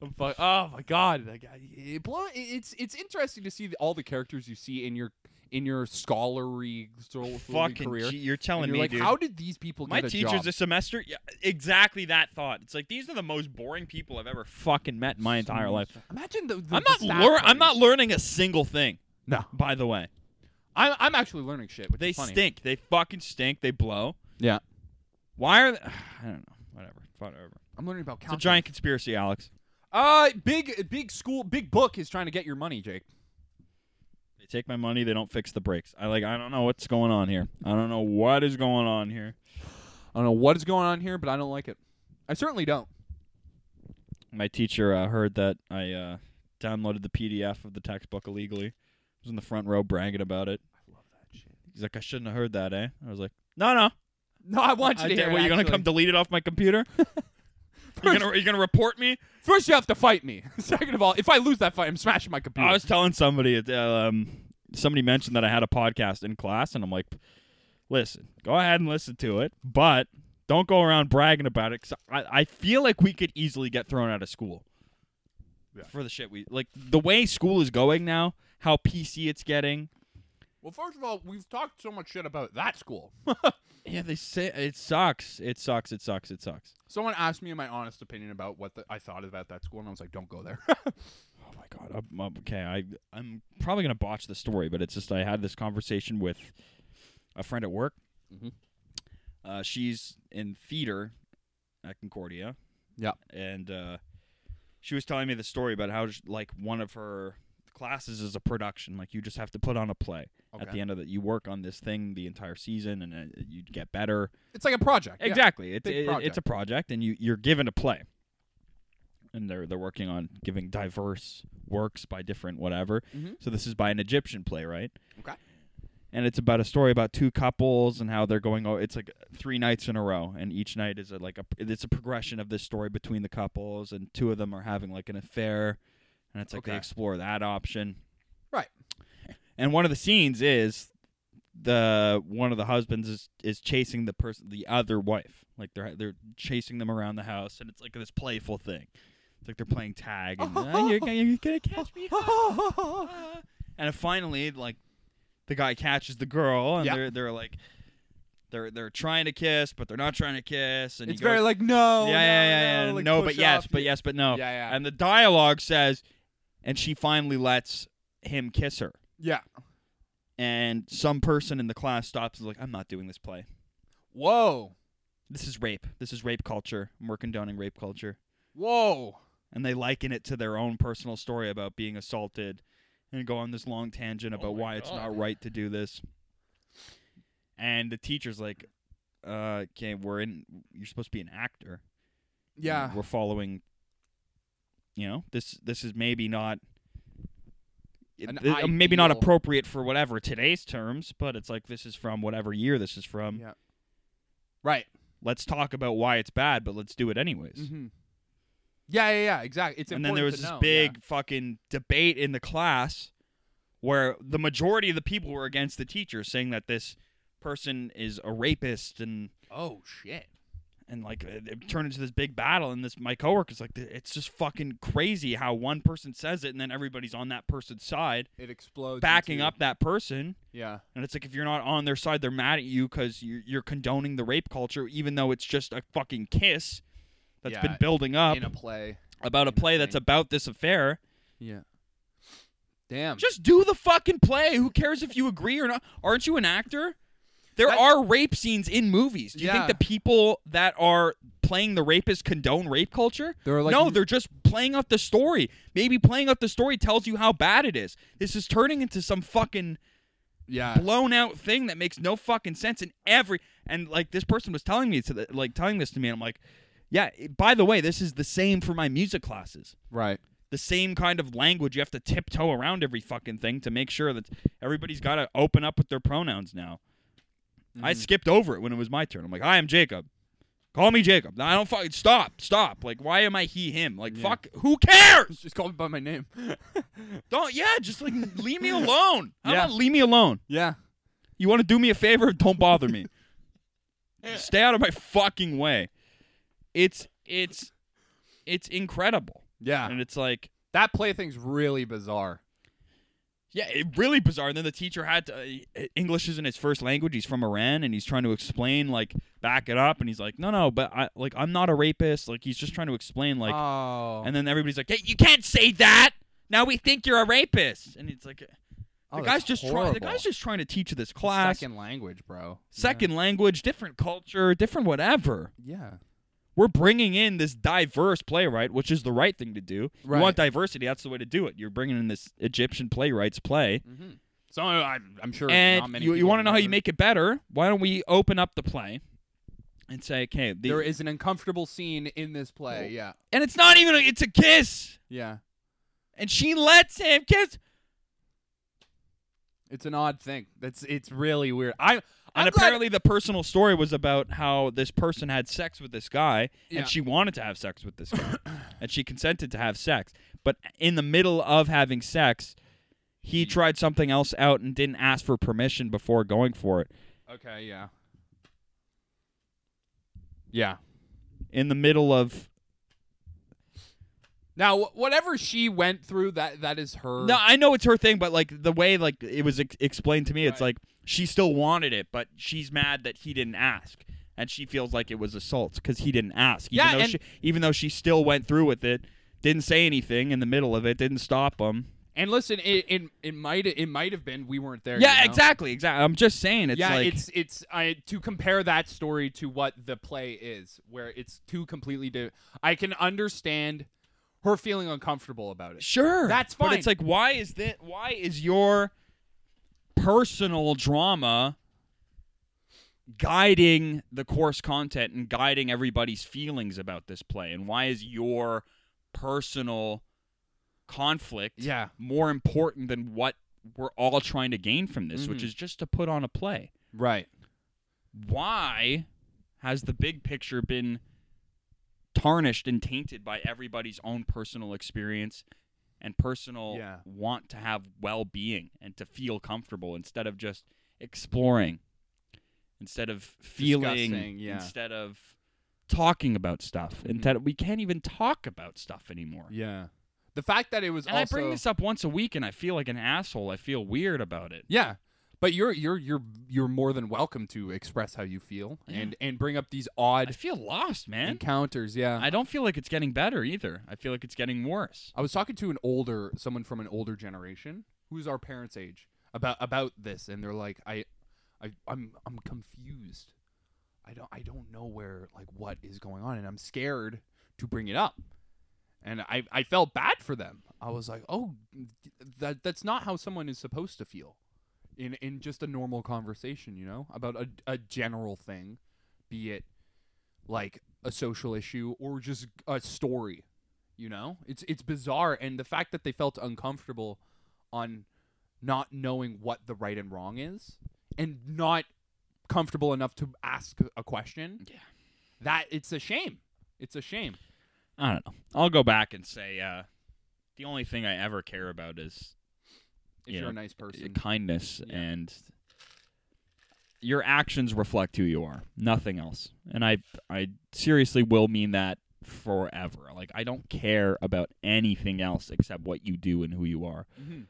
I'm fuck- oh my god! Like, I- it blow, it- it's it's interesting to see the, all the characters you see in your in your scholarly so-
fucking
career.
G- you're
And
telling
you're
me
like,
dude,
how did these people
my
get a
teachers
job?
this semester yeah, exactly that thought it's like these are the most boring people i've ever fucking met in my entire life
Imagine the, the
i'm
the
not
staff
lear- i'm
writers.
not learning a single thing
No.
by the way
I'm, I'm actually learning shit. Which
they
is funny.
stink they fucking stink they blow
Yeah.
why are they i don't know whatever whatever
I'm learning about
it's a
calculus.
giant conspiracy alex
Uh, big big school big book is trying to get your money, Jake.
they take my money they don't fix the brakes i like i don't know what's going on here i don't know what is going on here
I don't know what is going on here, but I don't like it. I certainly don't.
my teacher uh, heard that i uh, downloaded the pdf of the textbook illegally I was in the front row bragging about it
I love that shit.
He's like, I shouldn't have heard that, eh? I was like, No, no.
No, I want you
I
to
did-
hear.
what, you gonna
actually.
come delete it off my computer? you're gonna you gonna report me?
First, you have to fight me. Second of all, if I lose that fight, I'm smashing my computer.
I was telling somebody, uh, um, somebody mentioned that I had a podcast in class, and I'm like, listen, go ahead and listen to it, but don't go around bragging about it. 'cause I, I feel like we could easily get thrown out of school for the shit we like. The way school is going now, how PC it's getting.
well, first of all, we've talked so much shit about that school.
Yeah, they say it sucks. It sucks. It sucks. It sucks.
Someone asked me my honest opinion about what the, I thought about that school, and I was like, "Don't go there."
Oh my god. I'm- I'm- okay, I I'm probably gonna botch the story, but it's just I had this conversation with a friend at work.
Mhm.
Uh, she's in theater at Concordia,
Yeah.
And uh, she was telling me the story about how sh- like one of her classes is a production. Like you just have to put on a play at
Okay.
the end of it. You work on this thing the entire season, and uh, you get better.
It's like a project. yeah.
Exactly. It's
Big
it- it's a project, and you you're given a play. And they're they're working on giving diverse works by different whatever.
Mhm.
So this is by an Egyptian playwright.
Okay.
And it's about a story about two couples and how they're going. Oh, it's like three nights in a row, and each night is a, like a it's a progression of this story between the couples, and two of them are having like an affair, and it's like they
Okay.
explore that option.
Right.
And one of the scenes is the one of the husbands is is chasing the person the other wife like they're they're chasing them around the house and it's like this playful thing it's like they're playing tag and "Ah, you're, gonna- you're gonna catch me ah." and finally like the guy catches the girl and
Yeah.
they're they're like they're they're trying to kiss but they're not trying to kiss and he
It's very
goes,
like no. no,
yeah yeah yeah
no,
yeah
like,
no but
push
yes
up.
but yes but no
Yeah, yeah.
and the dialogue says and she finally lets him kiss her
yeah.
and some person in the class stops and is like, I'm not doing this play.
Whoa,
This is rape. This is rape culture. And We're condoning rape culture.
whoa.
And they liken it to their own personal story about being assaulted and go on this long
Oh
tangent about why it's not right to do this. And the teacher's like, uh, okay, we're in, you're supposed to be an actor.
Yeah.
We're following, you know, this, this is maybe not.
An
th- maybe not
ideal.
appropriate for whatever today's terms, but it's like this is from whatever year this is from.
yeah. Right.
let's talk about why it's bad, but let's do it anyways.
Mm-hmm. Yeah, yeah, yeah. Exactly. It's
and then there was
important to
this
know,
big fucking debate in the class where the majority of the people were against the teacher, saying that this person is a rapist and
yeah. Oh shit.
and like it it turned into this big battle. And this my coworker's like, it's just fucking crazy how one person says it and then everybody's on that person's side,
It explodes.
backing
into-
up that person.
Yeah.
And it's like if you're not on their side, they're mad at you because you're, you're condoning the rape culture, even though it's just a fucking kiss that's
Yeah,
been building up.
In a play.
about a play that's
Interesting.
about this affair.
Yeah. Damn.
Just do the fucking play. Who cares if you agree or not? Aren't you an actor? There
That-
are rape scenes in movies. Do you
Yeah.
think the people that are playing the rapist condone rape culture?
They're like-
no, they're just playing up the story. Maybe playing up the story tells you how bad it is. This is turning into some fucking
yeah.
blown out thing that makes no fucking sense in every and like this person was telling me to the, like telling this to me and I'm like, yeah, it- by the way, this is the same for my music classes
right.
the same kind of language. You have to tiptoe around every fucking thing to make sure that everybody's got to open up with their pronouns now. I
Mm.
skipped over it when it was my turn. I'm like, I am Jacob. Call me Jacob. No, I don't fucking stop. Stop. Like, why am I he him? Like,
Yeah.
fuck. Who cares?
Just call me by my name.
Don't. Yeah, just like leave me alone. How
Yeah.
about leave me alone?
yeah.
You want to do me a favor? Don't bother me. Stay out of my fucking way. It's it's it's incredible,
Yeah.
and it's like
That play thing's really bizarre.
Yeah, it really bizarre. And then the teacher had to, uh, English isn't his first language. He's from Iran, and he's trying to explain, like, back it up. And he's like, no, no, but I, like, I'm not a rapist. Like, he's just trying to explain, like,
oh.
and then everybody's like, hey, you can't say that. Now we think you're a rapist. And it's like, uh,
oh,
the
that's
guy's just trying. The
horrible.
guy's just trying to teach this class, second,
Second language, bro.
language, different culture, different whatever.
Yeah. yeah.
We're bringing in this diverse playwright, which is the right thing to do.
Right.
You want diversity? That's the way to do it. You're bringing in this Egyptian playwright's play.
So I'm, I'm sure not
and
many
you, you
people
want to know how you
remember.
make it better? Why don't we open up the play and say, okay, the,
there is an uncomfortable scene in this play. Yeah.
and it's not even a, it's a kiss,
Yeah.
and she lets him kiss,
It's an odd thing. That's it's really weird. I I'm
and
glad-
apparently the personal story was about how this person had sex with this guy,
Yeah.
and she wanted to have sex with this guy, and she consented to have sex, but in the middle of having sex. He
Mm.
tried something else out and didn't ask for permission before going for it.
Okay, yeah. Yeah.
In the middle of
Now wh- whatever she went through that that is her
No, I know it's her thing, but like the way like it was ex- explained to me, it's
Right.
like she still wanted it, but she's mad that he didn't ask, and she feels like it was assault because he didn't ask. Even
Yeah,
though
and-
she, even though she still went through with it, didn't say anything in the middle of it, didn't stop him.
And listen, it it, it might it might have been we weren't there.
yeah,
you know?
exactly, exactly. I'm just saying it's
yeah,
like
it's it's I to compare that story to what the play is, where it's two completely different. I can understand her feeling uncomfortable about it.
sure.
That's
But it's
fine.
like why is that why is your personal drama guiding the course content and guiding everybody's feelings about this play and why is your personal conflict
Yeah.
more important than what we're all trying to gain from this, which
Mhm.
is just to put on a play.
Right.
Why has the big picture been tarnished and tainted by everybody's own personal experience and personal
Yeah.
want to have well being and to feel comfortable instead of just exploring, instead of feeling,
Discussing, yeah.
instead of talking about stuff?
Mhm.
Instead, we can't even talk about stuff anymore.
Yeah. The fact that it was
And
also
I bring this up once a week, and I feel like an asshole. I feel weird about it.
Yeah. But you're you're you're you're more than welcome to express how you feel and and bring up these
I
odd
feel lost, man.
encounters. Yeah.
I don't feel like it's getting better either. I feel like it's getting worse.
I was talking to an older someone from an older generation who's our parents' age about about this, and they're like, I, I, I'm I'm confused. I don't I don't know where like what is going on, and I'm scared to bring it up. And I I felt bad for them. I was like, oh, that that's not how someone is supposed to feel, in in just a normal conversation, you know, about a a general thing, be it like a social issue or just a story you know it's it's bizarre and the fact that they felt uncomfortable on not knowing what the right and wrong is and not comfortable enough to ask a question
Yeah.
that it's a shame it's a shame
I don't know. I'll go back and say uh, the only thing I ever care about is
if
Yeah.
you're a nice person
kindness
Yeah.
and your actions reflect who you are. Nothing else. And I I seriously will mean that forever. Like I don't care about anything else except what you do and who you are.
Mhm.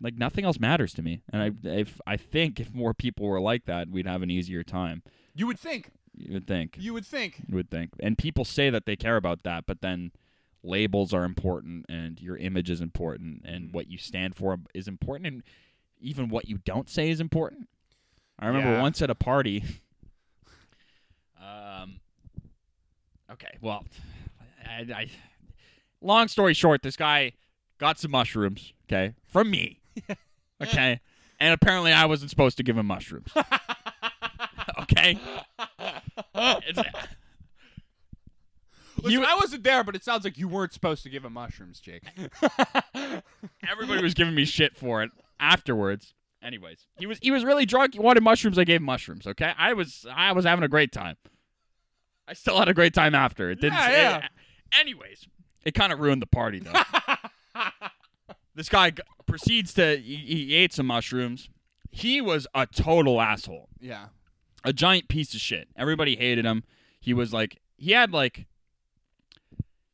Like nothing else matters to me. And I if I think if more people were like that, we'd have an easier time.
you would think
You would think.
you would think
You would think. And people say that they care about that, but then labels are important and your image is important and what you stand for is important and even what you don't say is important. I remember
Yeah.
once at a party um okay, well I, I long story short, this guy got some mushrooms, okay, from me. okay. And apparently I wasn't supposed to give him mushrooms. okay. It's-
Listen, i wasn't there but it sounds like you weren't supposed to give him mushrooms jake
Everybody was giving me shit for it afterwards. Anyways, he was he was really drunk. He wanted mushrooms. I gave him mushrooms. Okay, I was I was having a great time. I still had a great time after. It didn't.
Yeah,
it-
yeah.
anyways, it kind of ruined the party though. this guy g- proceeds to he, he ate some mushrooms. He was a total asshole
yeah
a giant piece of shit. Everybody hated him. He was like he had like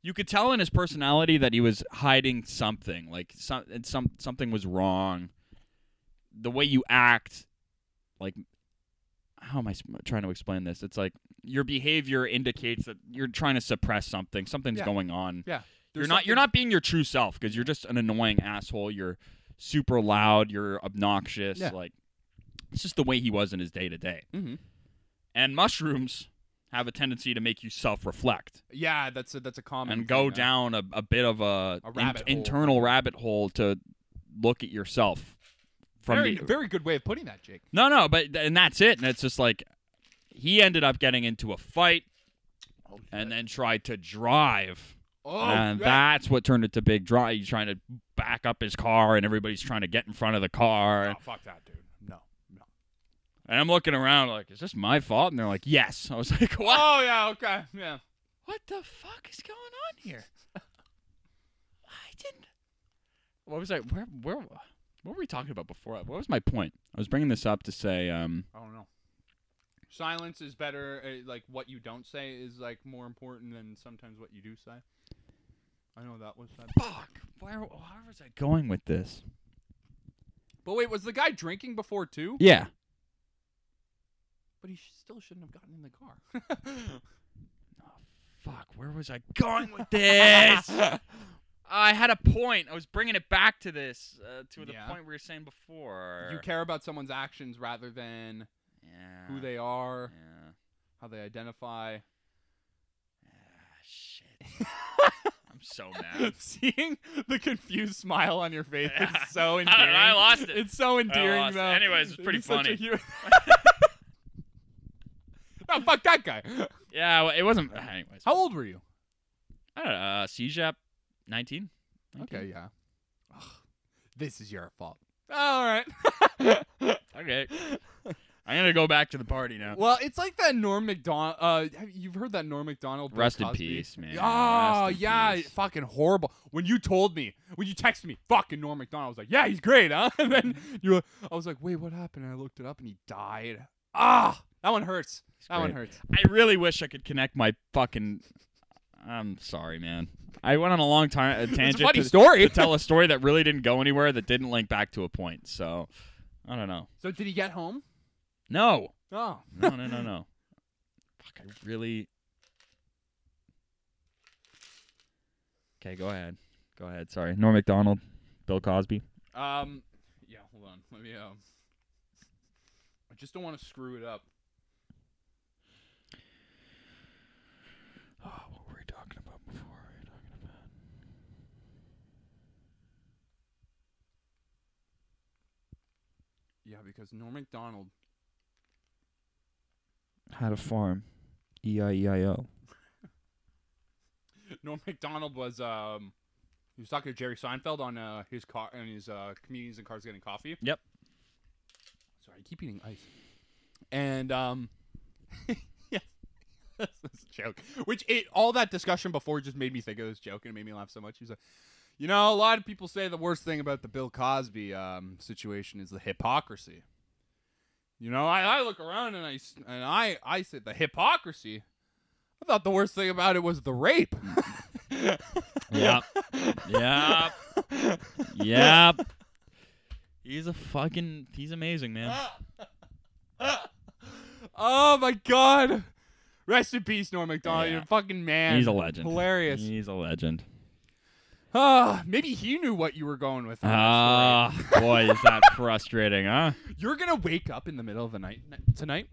you could tell in his personality that he was hiding something. Like some and some something was wrong. The way you act like how am I sp- trying to explain this? It's like your behavior indicates that you're trying to suppress something. Something's
Yeah.
going on.
yeah
you're not you're not being your true self because you're just an annoying asshole. You're super loud, you're obnoxious,
Yeah.
like it's just the way he was in his day to day.
hmm
And mushrooms have a tendency to make you self reflect
yeah that's a that's a common
and go
thing, uh,
down a, a bit of a,
A rabbit hole.
internal rabbit hole to look at yourself from
very,
the
very good way of putting that jake
No, no, but th- and that's it. And it's just like he ended up getting into a fight and then tried to drive
oh
and that's what turned it to big drive. He's trying to back up his car, and everybody's trying to get in front of the car.
Oh, fuck that dude no no
And I'm looking around like, is this my fault? And they're like, yes. I was like, what?
oh yeah okay yeah
What the fuck is going on here? I didn't. What was I? Where? Where? What were we talking about before? What was my point? I was bringing this up to say, um,
I don't know. Silence is better. uh, Like what you don't say is like more important than sometimes what you do say. I know that was said.
fuck. Where? Where was I going with this?
But wait, was the guy drinking before too?
Yeah.
But he sh- still shouldn't have gotten in the car.
Fuck. Where was I going with this? I had a point. I was bringing it back to this, uh, to the
Yeah.
point we were saying before.
You care about someone's actions rather than
yeah.
who they are,
Yeah.
how they identify.
Ah, shit. I'm so mad.
Seeing the confused smile on your face
Yeah.
is so
I don't know,
endearing.
I lost it.
It's so endearing,
lost it.
though.
Anyways, it's pretty
such a
funny.
hu- no, fuck that guy.
yeah, well, it wasn't. ah, Anyways,
How old were you?
I don't know. Uh, CJAP, 19.
Okay, yeah. Ugh, this is your fault. All right.
Okay. I'm gonna go back to the party now.
well, it's like that Norm McDonald. Uh, have- you've heard that Norm McDonald. Bill
Rest in
Cosby?
peace, man.
Oh
Rest in
yeah,
peace.
fucking horrible. When you told me, when you texted me, fucking Norm Macdonald, I was like, yeah, he's great, huh? And then
Mm-hmm.
you, were, I was like, wait, what happened? And I looked it up, and he died. Ah, that one hurts. that one
great.
hurts.
I really wish I could connect my fucking. I'm sorry, man. I went on a long time a tangent.
It's a funny
to,
story.
to tell a story that really didn't go anywhere, that didn't link back to a point. So, I don't know.
so did he get home?
No,
Oh,
no, no, no, no. Fuck! I really. Okay, go ahead. Go ahead. Sorry, Norm Macdonald, Bill Cosby.
um, yeah. Hold on, let me. Um, I just don't want to screw it up.
Oh, what were we talking about before? What were we talking about?
Yeah, because Norm Macdonald.
Had a farm. E I E I O.
Norm Macdonald was um, he was talking to Jerry Seinfeld on uh, his car and his uh, comedians and cars getting coffee.
Yep.
Sorry, I keep eating ice. And um, yes, this is a joke. Which it all that discussion before just made me think of this joke and it made me laugh so much. He was like, you know, a lot of people say the worst thing about the Bill Cosby um, situation is the hypocrisy. You know, I, I look around and I s- and I I say the hypocrisy. I thought the worst thing about it was the rape.
Yep. yep. Yep. He's a fucking. He's amazing, man.
oh my god. Rest in peace, Norm MacDonald.
Yeah.
You're a fucking man.
He's a legend.
Hilarious.
He's a legend.
Ah, maybe he knew what you were going with. on that
Ah, boy, is that frustrating, huh?
story. You're gonna wake up in the middle of the night tonight.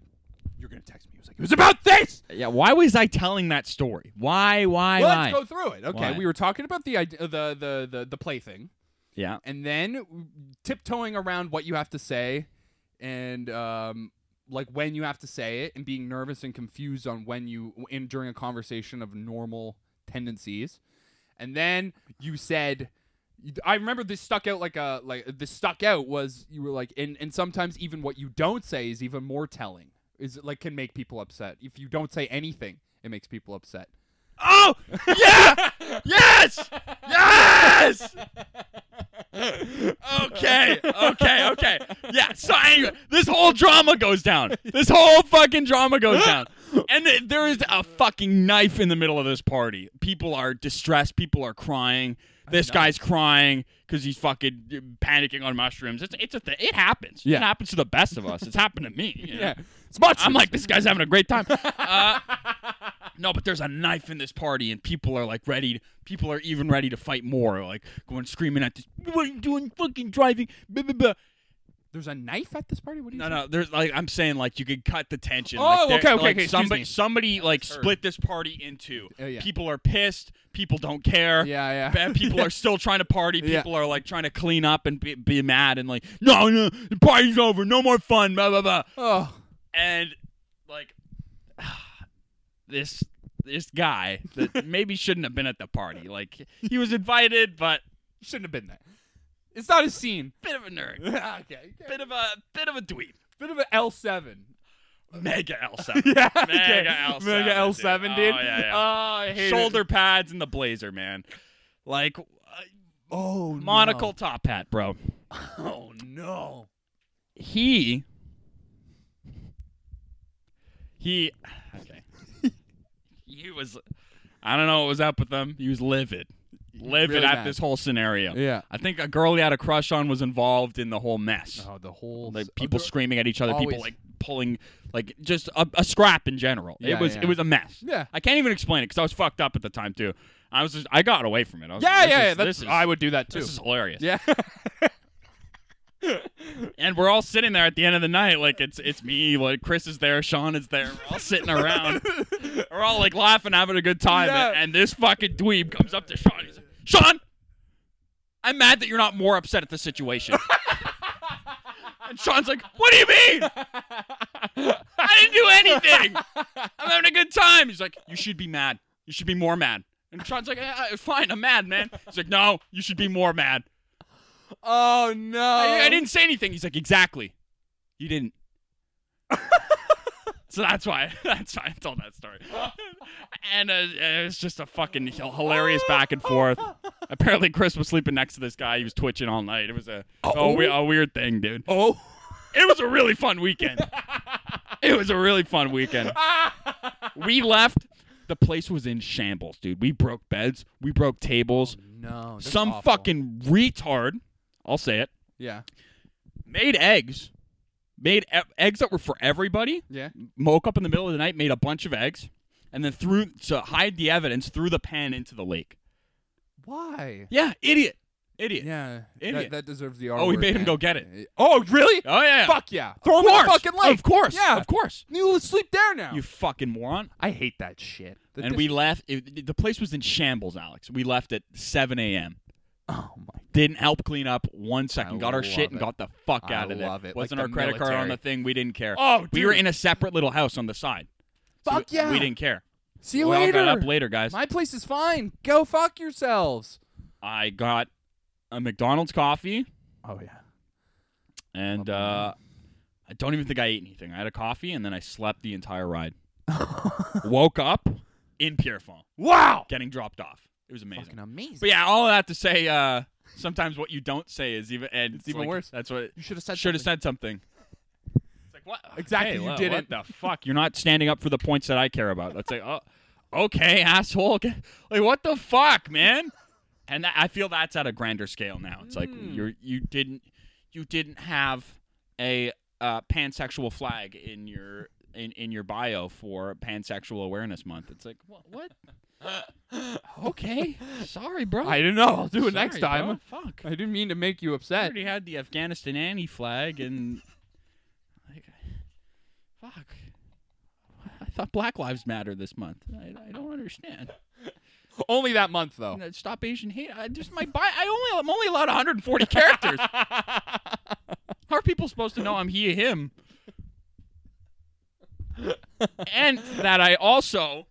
You're gonna text me. He was like, "It was about this."
Yeah. Why was I telling that story? Why? Why?
well,
why?
let's go through it. Okay,
Why?
we were talking about the ide- uh, the the the, the play thing,
yeah.
and then w- tiptoeing around what you have to say, and um, like when you have to say it, and being nervous and confused on when you in during a conversation of normal tendencies, and then you said. I remember this stuck out like a like this stuck out was you were like and and sometimes even what you don't say is even more telling is like can make people upset if you don't say anything it makes people upset
Oh, yeah. yes. Yes. Okay. Okay. Okay. Yeah. So anyway, this whole drama goes down. This whole fucking drama goes down. And th- there is a fucking knife in the middle of this party. People are distressed. People are crying. This guy's crying because he's fucking uh, panicking on mushrooms. It's it's a thing. It happens.
Yeah.
It happens to the best of us. It's happened to me. you know?
yeah it's much
I'm like, this guy's having a great time. Uh, no, but there's a knife in this party, and people are like ready. People are even ready to fight more. Like going screaming at this, what are you doing? Fucking driving. Blah, blah, blah.
There's a knife at this party? What do you
No,
say?
no. There's like I'm saying, like you could cut the tension.
Oh,
like, there-
okay, okay,
like,
okay, excuse me.
Somebody, somebody like
heard.
split this party in two.
Oh, yeah.
People are pissed. People don't care.
Yeah, yeah.
Bad people are still trying to party.
Yeah.
People are like trying to clean up and be, be mad and like, no, no, the party's over. No more fun. Blah blah blah.
Oh,
and like this this guy that maybe shouldn't have been at the party. Like he was invited, but
you shouldn't have been there. It's not a scene.
bit of a nerd,
okay, okay.
bit of a bit of a dweeb.
Bit of an L7.
Mega L seven,
Yeah, okay.
mega L seven,
Mega L7, dude.
Oh, yeah, yeah.
Oh, I hate it.
Shoulder pads and the blazer, man. Like uh,
Oh, no.
monocle top hat, bro.
Oh, no.
He he okay. he was I don't know what was up with him. He was livid. Livid
Really
at
mad.
this whole scenario.
Yeah.
I think a girl he had a crush on was involved in the whole mess.
Oh, the whole.
Like people screaming at each other,
always-
people like pulling, like just a, a scrap in general.
Yeah,
it was
yeah.
it was a mess.
Yeah.
I can't even explain it because I was fucked up at the time too. I was just, I got away from it. I was
Yeah,
like, this
yeah,
is-
yeah. That's,
this is,
I would do that too.
This is hilarious.
yeah.
And we're all sitting there at the end of the night, like it's it's me, like Chris is there, Sean is there, we're all sitting around, we're all like laughing, having a good time,
Yeah.
and, and this fucking dweeb comes up to Sean. He's like, Sean, I'm mad that you're not more upset at the situation. and Sean's like, What do you mean? I didn't do anything. I'm having a good time. He's like, You should be mad. You should be more mad. And Sean's like, "Yeah, it's Fine, I'm mad, man. He's like, No, you should be more mad.
oh no.
I, I didn't say anything. He's like, exactly. You didn't. so that's why that's why I told that story. and uh, it was just a fucking h- hilarious back and forth. Apparently, Chris was sleeping next to this guy. He was twitching all night. It was a a, we- a weird thing, dude.
Oh.
It was a really fun weekend. it was a really fun weekend. we left. The place was in shambles, dude. We broke beds. We broke tables.
No. that's
Some
Oh, awful.
fucking retard. I'll say it
Yeah.
made eggs, made e- eggs that were for everybody.
Yeah.
Woke up in the middle of the night, made a bunch of eggs, and then threw to hide the evidence, threw the pan into the lake.
Why?
Yeah, idiot, idiot.
Yeah. That,
Idiot.
that deserves the R
Oh, we
word,
made him
man.
go get it.
Oh, really?
Oh yeah.
Fuck yeah.
Of
Throw him in the
course.
fucking lake.
Of course.
Yeah.
Of course.
You would sleep there now.
You fucking moron.
I hate that shit. The
and
dis-
we left. It, the place was in shambles, Alex. We left at 7 a.m.
Oh my.
Didn't help clean up one second.
I
got our shit
love
and
it.
got the fuck
I
out of there.
love it. Like
Wasn't
the
our credit card on
military.
the thing? We didn't care.
Oh,
we were
dude.
in a separate little house on the side. So
Fuck
we-
yeah.
We didn't care.
See you
we
later.
all got up later, guys.
My place is fine. Go fuck yourselves.
I got a McDonald's coffee,
Oh yeah.
and uh, I don't even think I ate anything. I had a coffee, and then I slept the entire ride. Woke up in Pierrefonds,
Wow.
getting dropped off. It was amazing.
Fucking amazing.
But yeah, all of that to say, uh, sometimes what you don't say is even and
It's even
like-
worse.
That's what
you should have said.
should have
something.
said something. It's like what
Exactly,
hey,
you
wha-
didn't.
What the fuck? You're not standing up for the points that I care about. That's like, oh, okay, asshole. Okay. Like what the fuck, man? And that, I feel that's at a grander scale now. It's like you you didn't you didn't have a uh, pansexual flag in your in, in your bio for pansexual awareness month. It's like what what? okay, sorry, bro.
I don't know. I'll do it next
Sorry,
time.
bro. Fuck.
I didn't mean to make you
I
upset.
already had the Afghanistan anti flag and like, fuck. I thought Black Lives Matter this month. I, I don't understand.
Only that month though.
And Stop Asian hate. I just my bi- I only I'm only allowed 140 characters. How are people supposed to know I'm he him? and that I also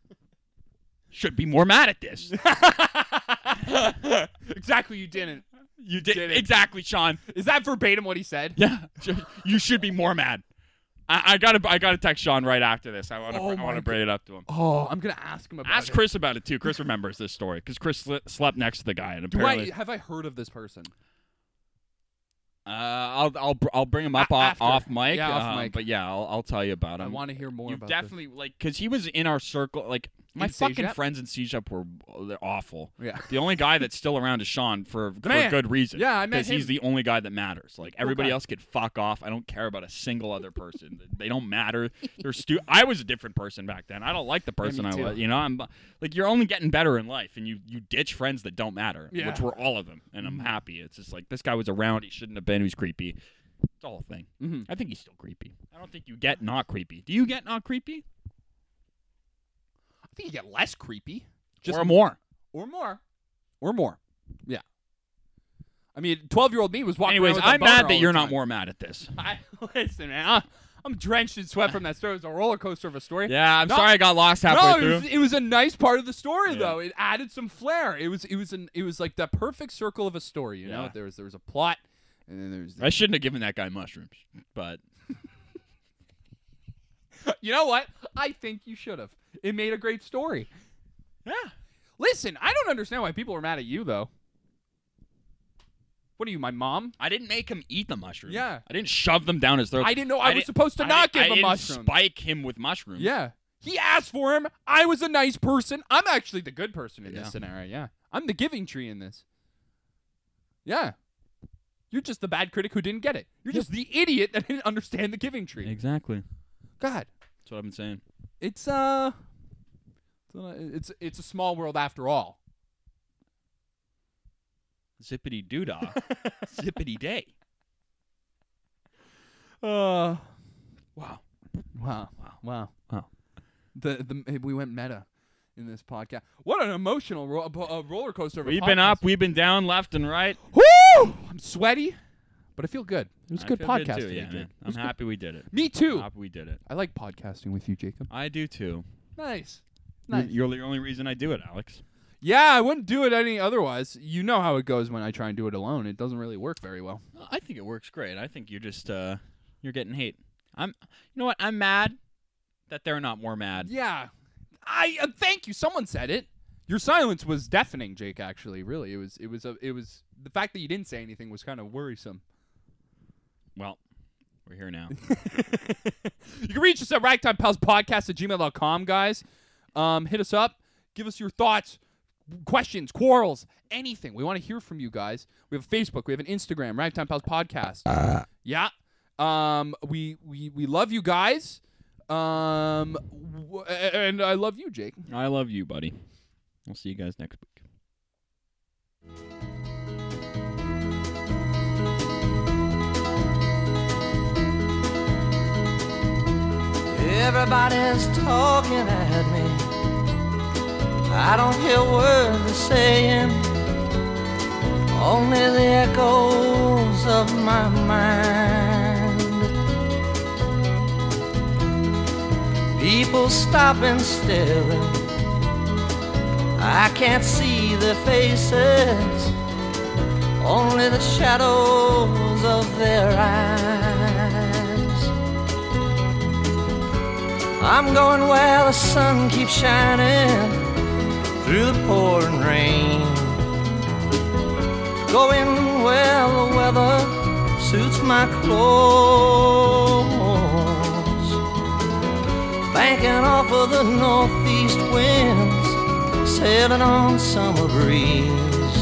should be more mad at this.
exactly. You didn't.
You did
Did it.
exactly, Sean.
Is that verbatim what he said?
Yeah, ju- you should be more mad. I, I gotta, I gotta text Sean right after this. I wanna,
Oh
I
my
wanna bring it up to him.
Oh, I'm gonna ask him about
Ask
it.
Chris about it too. Chris remembers this story because Chris sli- slept next to the guy, and
Do I,
apparently,
have I heard of this person?
uh, I'll, I'll, br- I'll bring him up
A-
off,
after.
off mic.
Yeah, off
um,
mic.
But yeah, I'll, I'll tell you about him.
I want to hear more
Um, you
about
definitely like because he was in our circle. Like my
In
fucking
Sejep?
friends in Sejep were they're awful.
this. Yeah.
The only guy that's still around is Sean for, for
man.
good reason.
Yeah, I met
because he's
him.
the only guy that matters. Like everybody
guy.
else could fuck off. I don't care about a single other person. they don't matter. They're stu- I was a different person back then. I don't like the person
me
I
too.
was. You know, I'm like you're only getting better in life, and you you ditch friends that don't matter,
Yeah.
which were all of them. And I'm happy. It's just like this guy was around. He shouldn't have been. He's creepy. It's all a thing.
Mhm.
I think he's still creepy. I don't think you get not creepy. Do you get not creepy
I think you get less creepy.
or more?
or more. Or more. Yeah. I mean, 12 year old me was walking
Anyways,
around with a
I'm
boner
mad
all
that
the
you're not
time.
more mad at this.
I, listen, man. I, I'm drenched in sweat from that story. It was a roller coaster of a story.
Yeah, I'm
No.
sorry I got lost halfway
No, it
through.
was, it was a nice part of the story
Yeah.
though. It added some flair. It was it was an it was like the perfect circle of a story. You know,
Yeah.
there was there was a plot, and then there was
I shouldn't have given that guy mushrooms, but
You know what? I think you should have. It made a great story.
yeah,
Listen, I don't understand why people are mad at you though. What are you, my mom?
I didn't make him eat the mushrooms.
Yeah.
I didn't shove them down his throat.
I didn't know I, was
didn't-
supposed to
I
not
didn't-
give
I
him
didn't
mushrooms.
Spike him with mushrooms.
Yeah. He asked for him. I was a nice person. I'm actually the good person in
Yeah.
this scenario. Yeah. I'm the giving tree in this. Yeah. You're just the bad critic who didn't get it. You're just the idiot that didn't understand the giving tree.
exactly.
God,
That's what I've been saying.
it's uh, it's uh, it's it's a small world after all.
zippity doo dah, zippity day.
Uh,
Wow.
wow.
Wow.
Wow.
Wow.
The, the we went meta in this podcast. What an emotional ro- uh, roller coaster. Of a
We've been
podcast.
up, we've been down, left and right.
Woo! I'm sweaty, but I feel good. It was a
I
good
feel
podcast.
too,
today,
yeah,
dude.
man.
It
I'm
was good.
happy we did it.
Me too.
Happy we did it.
I like podcasting with you, Jacob.
I do too.
Nice.
You're-
Nice.
You're the only reason I do it, Alex.
yeah, I wouldn't do it any otherwise. You know how it goes when I try and do it alone. It doesn't really work very well.
I think it works great. I think you're just uh you're getting hate. I'm you know what? I'm mad that they're not more mad.
Yeah. I uh, thank you. Someone said it. Your silence was deafening, Jake. Actually, really, it was. It was. A, it was the fact that you didn't say anything was kind of worrisome.
Well, we're here now.
You can reach us at ragtimepalspodcast at gmail.com, guys. Um, hit us up. Give us your thoughts, questions, quarrels, anything. We want to hear from you guys. We have Facebook. We have an Instagram, Ragtime Pals Podcast. yeah. Um, we, we, we love you guys. Um, w- and I love you, Jake.
I love you, buddy. We'll see you guys next week.
Everybody's talking at me. I don't hear words they're saying, only the echoes of my mind. People stop and staring. I can't see their faces, only the shadows of their eyes. I'm going where the sun keeps shining through the pouring rain. Going where the weather suits my clothes. Banking off of the northeast winds, sailing on summer breeze.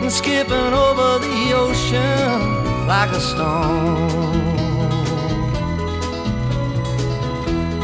And skipping over the ocean like a stone.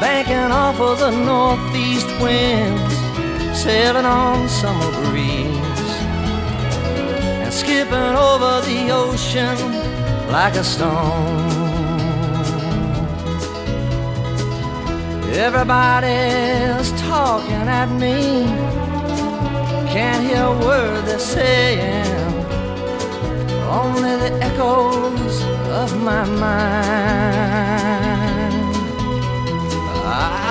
banking off of the northeast winds, sailing on summer breeze, and skipping over the ocean like a stone. Everybody's talking at me, can't hear a word they're saying, only the echoes of my mind. I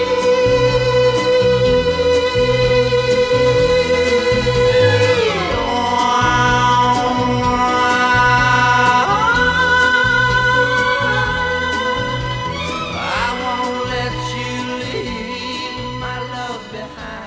leave. I won't let you leave my love behind.